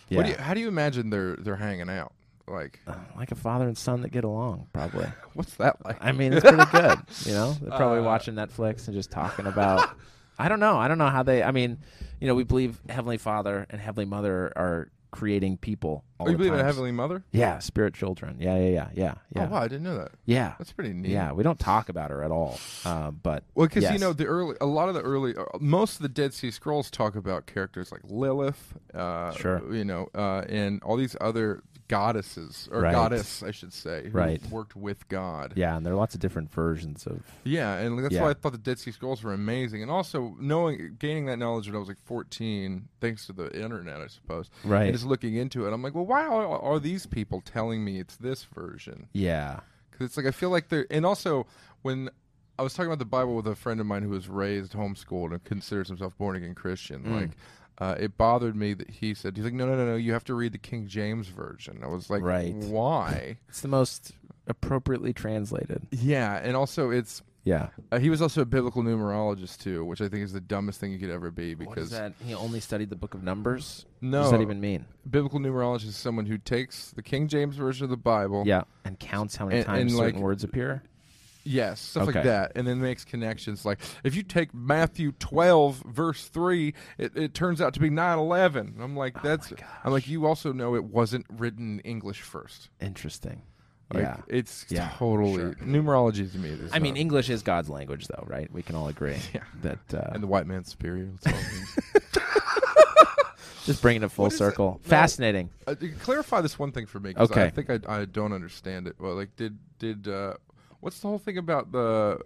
S2: Yeah.
S3: What do you, how do you imagine they're they're hanging out? Like,
S2: Uh, like a father and son that get along, probably.
S3: what's that like?
S2: I mean, it's pretty good. You know, they're
S3: Uh.
S2: probably watching Netflix and just talking about. I don't know. I don't know how they. I mean, you know, we believe Heavenly Father and Heavenly Mother are creating people. All
S3: oh, you
S2: the
S3: believe in a
S2: times.
S3: Heavenly Mother?
S2: Yeah, spirit children. Yeah, yeah, yeah, yeah, yeah.
S3: Oh, wow, I didn't know that.
S2: Yeah,
S3: That's pretty neat.
S2: yeah. We don't talk about her at all. Uh, but
S3: Well, because you
S2: yes.
S3: know the early, a lot of the early, uh, most of the Dead Sea Scrolls talk about characters like Lilith, uh,
S2: Sure.
S3: you know, uh, and all these other goddesses or
S2: Right.
S3: goddess, I should say, who
S2: Right.
S3: worked with God.
S2: yeah, and there are lots of different versions of.
S3: Yeah, and that's
S2: Yeah.
S3: why I thought the Dead Sea Scrolls were amazing, and also knowing, gaining that knowledge when I was like fourteen, thanks to the internet, I suppose.
S2: Right.
S3: And just looking into it, I'm like, well, why are, are these people telling me it's this version?
S2: Yeah.
S3: Because it's like I feel like they're, and also when I was talking about the Bible with a friend of mine who was raised homeschooled and considers himself born again Christian, like. Uh, it bothered me that he said he's like no no no no you have to read the King James version. I was like
S2: Right.
S3: why?
S2: It's the most appropriately translated.
S3: yeah, and also it's
S2: Yeah.
S3: uh, he was also a biblical numerologist too, which I think is the dumbest thing you could ever be
S2: What is
S3: because
S2: that? He only studied the Book of Numbers.
S3: no
S2: What does that even mean?
S3: biblical numerologist is someone who takes the King James version of the Bible,
S2: Yeah, and counts how many
S3: And-
S2: times
S3: and,
S2: certain
S3: like-
S2: words appear.
S3: yes, stuff like
S2: Okay.
S3: that, and then makes connections. Like if you take Matthew twelve verse three, it, it turns out to be nine eleven. I'm
S2: Oh
S3: like that's I'm like you also know it wasn't written in English first.
S2: Interesting.
S3: Like,
S2: yeah.
S3: it's
S2: Yeah,
S3: totally
S2: sure.
S3: numerology to me. is
S2: I mean,
S3: not-
S2: English is God's language, though, right? We can all agree
S3: Yeah.
S2: that. Uh,
S3: and the white man's superior. That's all it means.
S2: just bringing it full
S3: What is it?
S2: circle.
S3: No.
S2: Fascinating.
S3: Uh, d- clarify this one thing for me. 'cause I
S2: Okay.
S3: think I, I don't understand it. Well, like, did did uh, what's the whole thing about the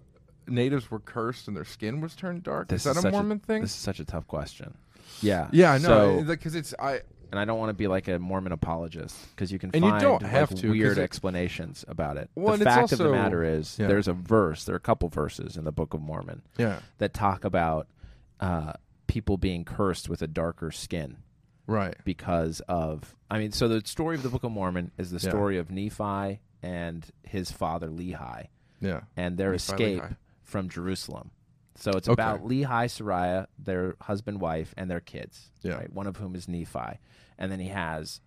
S3: natives were cursed and their skin was turned dark?
S2: This
S3: is that
S2: is
S3: a
S2: such
S3: Mormon thing?
S2: This is such a tough question. Yeah.
S3: yeah, I know.
S2: So-
S3: Because it's I.
S2: and I don't want to be like a Mormon apologist because you can
S3: And you
S2: find
S3: don't have
S2: like,
S3: to, 'cause
S2: weird
S3: it-
S2: explanations about it.
S3: Well, and
S2: the
S3: it's
S2: fact of
S3: also-
S2: the matter is,
S3: Yeah.
S2: there's a verse. There are a couple verses in the Book of Mormon
S3: Yeah.
S2: that talk about uh, people being cursed with a darker skin.
S3: Right.
S2: because of I mean, so the story of the Book of Mormon is the
S3: Yeah.
S2: story of Nephi and his father Lehi
S3: Yeah.
S2: and their
S3: Nephi,
S2: escape
S3: Lehi.
S2: from Jerusalem. So it's
S3: Okay.
S2: about Lehi, Sariah, their husband, wife, and their kids.
S3: Yeah.
S2: Right? One of whom is Nephi, and then he has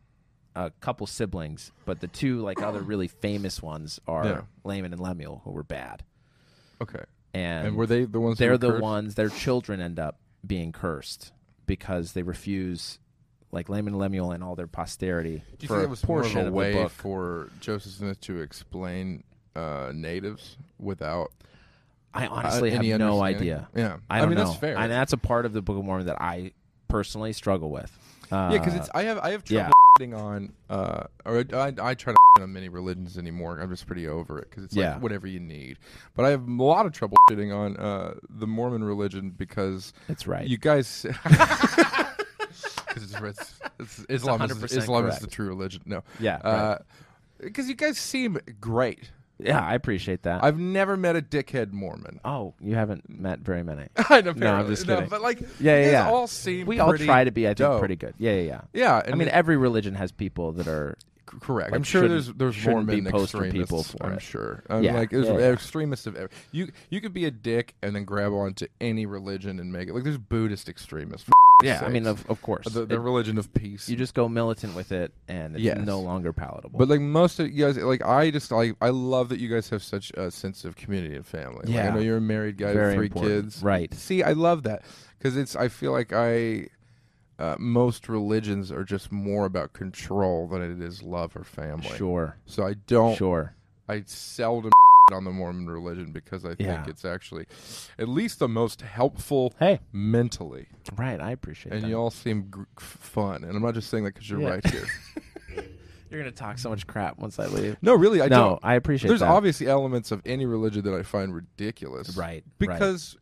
S2: a couple siblings, but the two like other really famous ones are
S3: Yeah.
S2: Laman and Lemuel, who were bad.
S3: Okay.
S2: And,
S3: And, were they the ones? who
S2: they're
S3: were
S2: the
S3: cursed?
S2: ones their children end up being cursed because they refuse like Laman and Lemuel and all their posterity
S3: Do you
S2: for
S3: think
S2: a
S3: that was
S2: portion
S3: more of a way
S2: the book.
S3: for Joseph Smith to explain uh, natives without
S2: I
S3: uh,
S2: honestly have
S3: any
S2: no
S3: understanding?
S2: idea.
S3: Yeah.
S2: I don't
S3: mean
S2: know.
S3: that's fair.
S2: And that's a part of the Book of Mormon that I personally struggle with. Uh,
S3: Yeah, because it's I have I have
S2: yeah.
S3: trouble getting on, uh, or I, I, I try to on many religions anymore. I'm just pretty over it because it's
S2: Yeah.
S3: like whatever you need. But I have a lot of trouble shitting on uh, the Mormon religion because
S2: That's right.
S3: you guys. Because it's, it's, it's Islam, is,
S2: 100%
S3: Islam is
S2: correct.
S3: the true religion. No,
S2: Yeah,
S3: because you guys seem great.
S2: yeah, I appreciate that.
S3: I've never met a dickhead Mormon.
S2: oh, you haven't met very many.
S3: I know,
S2: No, I'm just
S3: no,
S2: kidding.
S3: but like,
S2: Yeah, yeah,
S3: you guys
S2: yeah.
S3: all seem
S2: we all
S3: pretty
S2: try to be, I think,
S3: dope.
S2: pretty good. Yeah, yeah, yeah.
S3: Yeah,
S2: I mean,
S3: it-
S2: every religion has people that are
S3: Correct.
S2: Like,
S3: I'm sure
S2: shouldn't-
S3: there's there's more
S2: shouldn't be
S3: men
S2: posting
S3: extremists.
S2: people for
S3: I'm
S2: it.
S3: sure. I'm
S2: Yeah,
S3: like there's
S2: yeah, yeah.
S3: extremists of every. You you could be a dick and then grab onto any religion and make it like there's Buddhist extremists. for
S2: Yeah, I mean,
S3: sakes.
S2: of, of course.
S3: the, the
S2: It-
S3: religion of peace.
S2: you just go militant with it, and it's
S3: Yes.
S2: no longer palatable.
S3: But like most of you guys, like I just like I love that you guys have such a sense of community and family. Like,
S2: Yeah.
S3: I know you're a married guy
S2: Very
S3: with three
S2: important.
S3: kids.
S2: Right.
S3: See, I love that because it's. I feel like I. Uh, most religions are just more about control than it is love or family.
S2: sure,
S3: So I don't.
S2: sure.
S3: I seldom on the Mormon religion because I think
S2: Yeah.
S3: it's actually at least the most helpful
S2: Hey,
S3: mentally.
S2: right. I appreciate
S3: And
S2: that.
S3: you all seem gr- fun. And I'm not just saying that because you're
S2: Yeah.
S3: right here.
S2: You're gonna talk so much crap once I leave.
S3: No, really, I
S2: no,
S3: don't.
S2: I appreciate
S3: There's
S2: that.
S3: obviously elements of any religion that I find ridiculous.
S2: Right, right.
S3: Because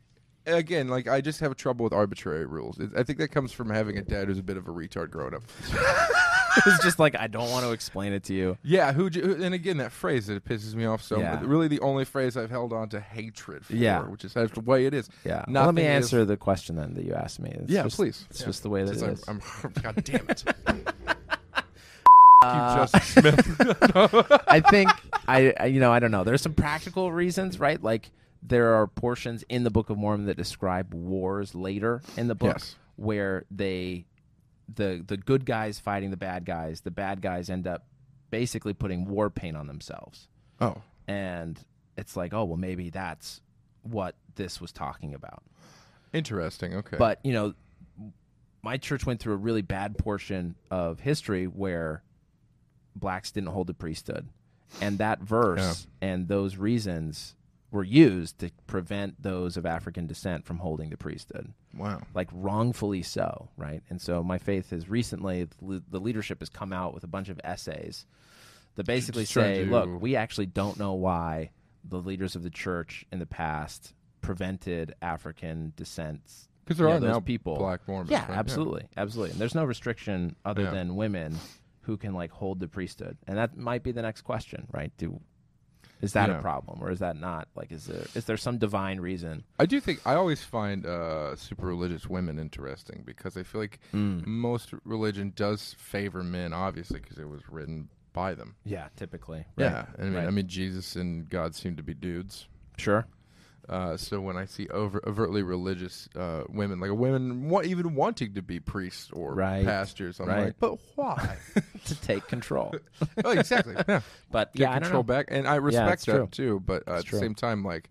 S3: again, like I just have trouble with arbitrary rules. It, I think that comes from having a dad who's a bit of a retard growing up.
S2: it's just like I don't want to explain it to you.
S3: yeah, who j- who- and again that phrase that it pisses me off so
S2: Yeah.
S3: much. Really the only phrase I've held on to hatred for,
S2: Yeah.
S3: which is that's the way it is.
S2: Yeah. Well,
S3: Nothing
S2: let me
S3: is-
S2: answer the question then that you asked me. It's
S3: Yeah,
S2: just-
S3: please.
S2: It's just the way that
S3: Since
S2: it
S3: I'm,
S2: is.
S3: I'm God damn it. Thank you, Justice Smith.
S2: I think I, I you know I don't know. There's some practical reasons, right? Like there are portions in the Book of Mormon that describe wars later in the book
S3: Yes.
S2: where they the the good guys fighting the bad guys, the bad guys end up basically putting war paint on themselves.
S3: oh.
S2: And it's like, oh well maybe that's what this was talking about.
S3: Interesting. Okay.
S2: But you know, my church went through a really bad portion of history where blacks didn't hold the priesthood, and that verse and those reasons were used to prevent those of African descent from holding the priesthood,
S3: wow.
S2: like wrongfully so, right? And so my faith has recently the leadership has come out with a bunch of essays that basically
S3: Just trying
S2: say,
S3: to-
S2: look, we actually don't know why the leaders of the church in the past prevented African descent
S3: Because there
S2: you know,
S3: are
S2: those
S3: now
S2: people.
S3: black Mormons.
S2: yeah,
S3: right?
S2: absolutely, absolutely. And there's no restriction other
S3: Yeah.
S2: than women who can like hold the priesthood, and that might be the next question, right? Do is that
S3: Yeah.
S2: a problem or is that not? Like, is there is there some divine reason?
S3: I do think I always find uh, super religious women interesting because I feel like most religion does favor men, obviously, because it was written by them.
S2: Yeah, typically.
S3: Yeah, I mean, I mean, Jesus and God seem to be dudes.
S2: sure.
S3: Uh, so when I see over, overtly religious uh, women, like women wa- even wanting to be priests or
S2: Right,
S3: pastors, I'm
S2: right.
S3: like, but why?
S2: to take control,
S3: oh, exactly. Yeah.
S2: but
S3: Get
S2: yeah, I don't
S3: control
S2: know.
S3: back, and I respect
S2: it's
S3: that
S2: true.
S3: too. But uh, at the
S2: true.
S3: same time, like,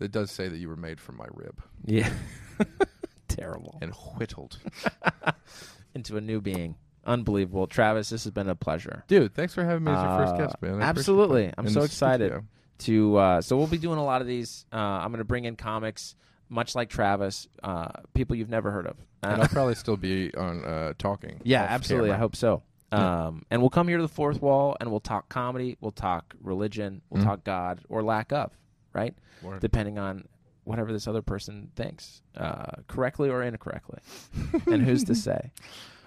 S3: it does say that you were made from my rib
S2: Yeah, terrible.
S3: and whittled.
S2: Into a new being, unbelievable. Travis, this has been a pleasure.
S3: Dude, thanks for having me as your first
S2: Uh,
S3: guest, man. I appreciate
S2: absolutely.
S3: that.
S2: I'm
S3: In
S2: so
S3: the
S2: excited
S3: studio.
S2: to. Uh, so we'll be doing a lot of these. Uh, I'm going to bring in comics, much like Travis, uh, people you've never heard of.
S3: And
S2: Uh,
S3: I'll probably still be on uh, talking.
S2: yeah,
S3: off
S2: absolutely.
S3: camera.
S2: I hope so. Um, and we'll come here to the fourth wall, and we'll talk comedy, we'll talk religion, we'll talk God or lack of, Mm-hmm. right?
S3: Word.
S2: Depending on whatever this other person thinks, uh, correctly or incorrectly, and who's to say?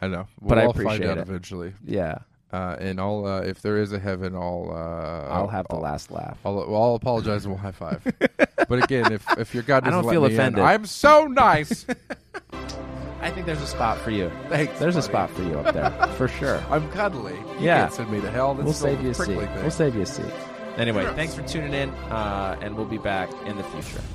S3: I know. We'll
S2: But I
S3: all
S2: appreciate
S3: find out
S2: it.
S3: eventually.
S2: Yeah,
S3: Uh, and I'll, uh, if there is a heaven, I'll, uh,
S2: I'll have the last laugh.
S3: I'll, well, I'll apologize and we'll high five. but again, if if your God
S2: I
S3: doesn't
S2: don't
S3: let
S2: feel
S3: me in,
S2: offended.
S3: I'm so nice.
S2: I think there's a spot for you.
S3: Thanks.
S2: There's a
S3: buddy.
S2: spot for you up there for sure.
S3: I'm cuddly. You
S2: Yeah.
S3: can't send me to hell. That's
S2: we'll
S3: the
S2: save you a seat.
S3: prickly Thing.
S2: We'll save you a seat. Anyway, thanks for tuning in, uh, and we'll be back in the future.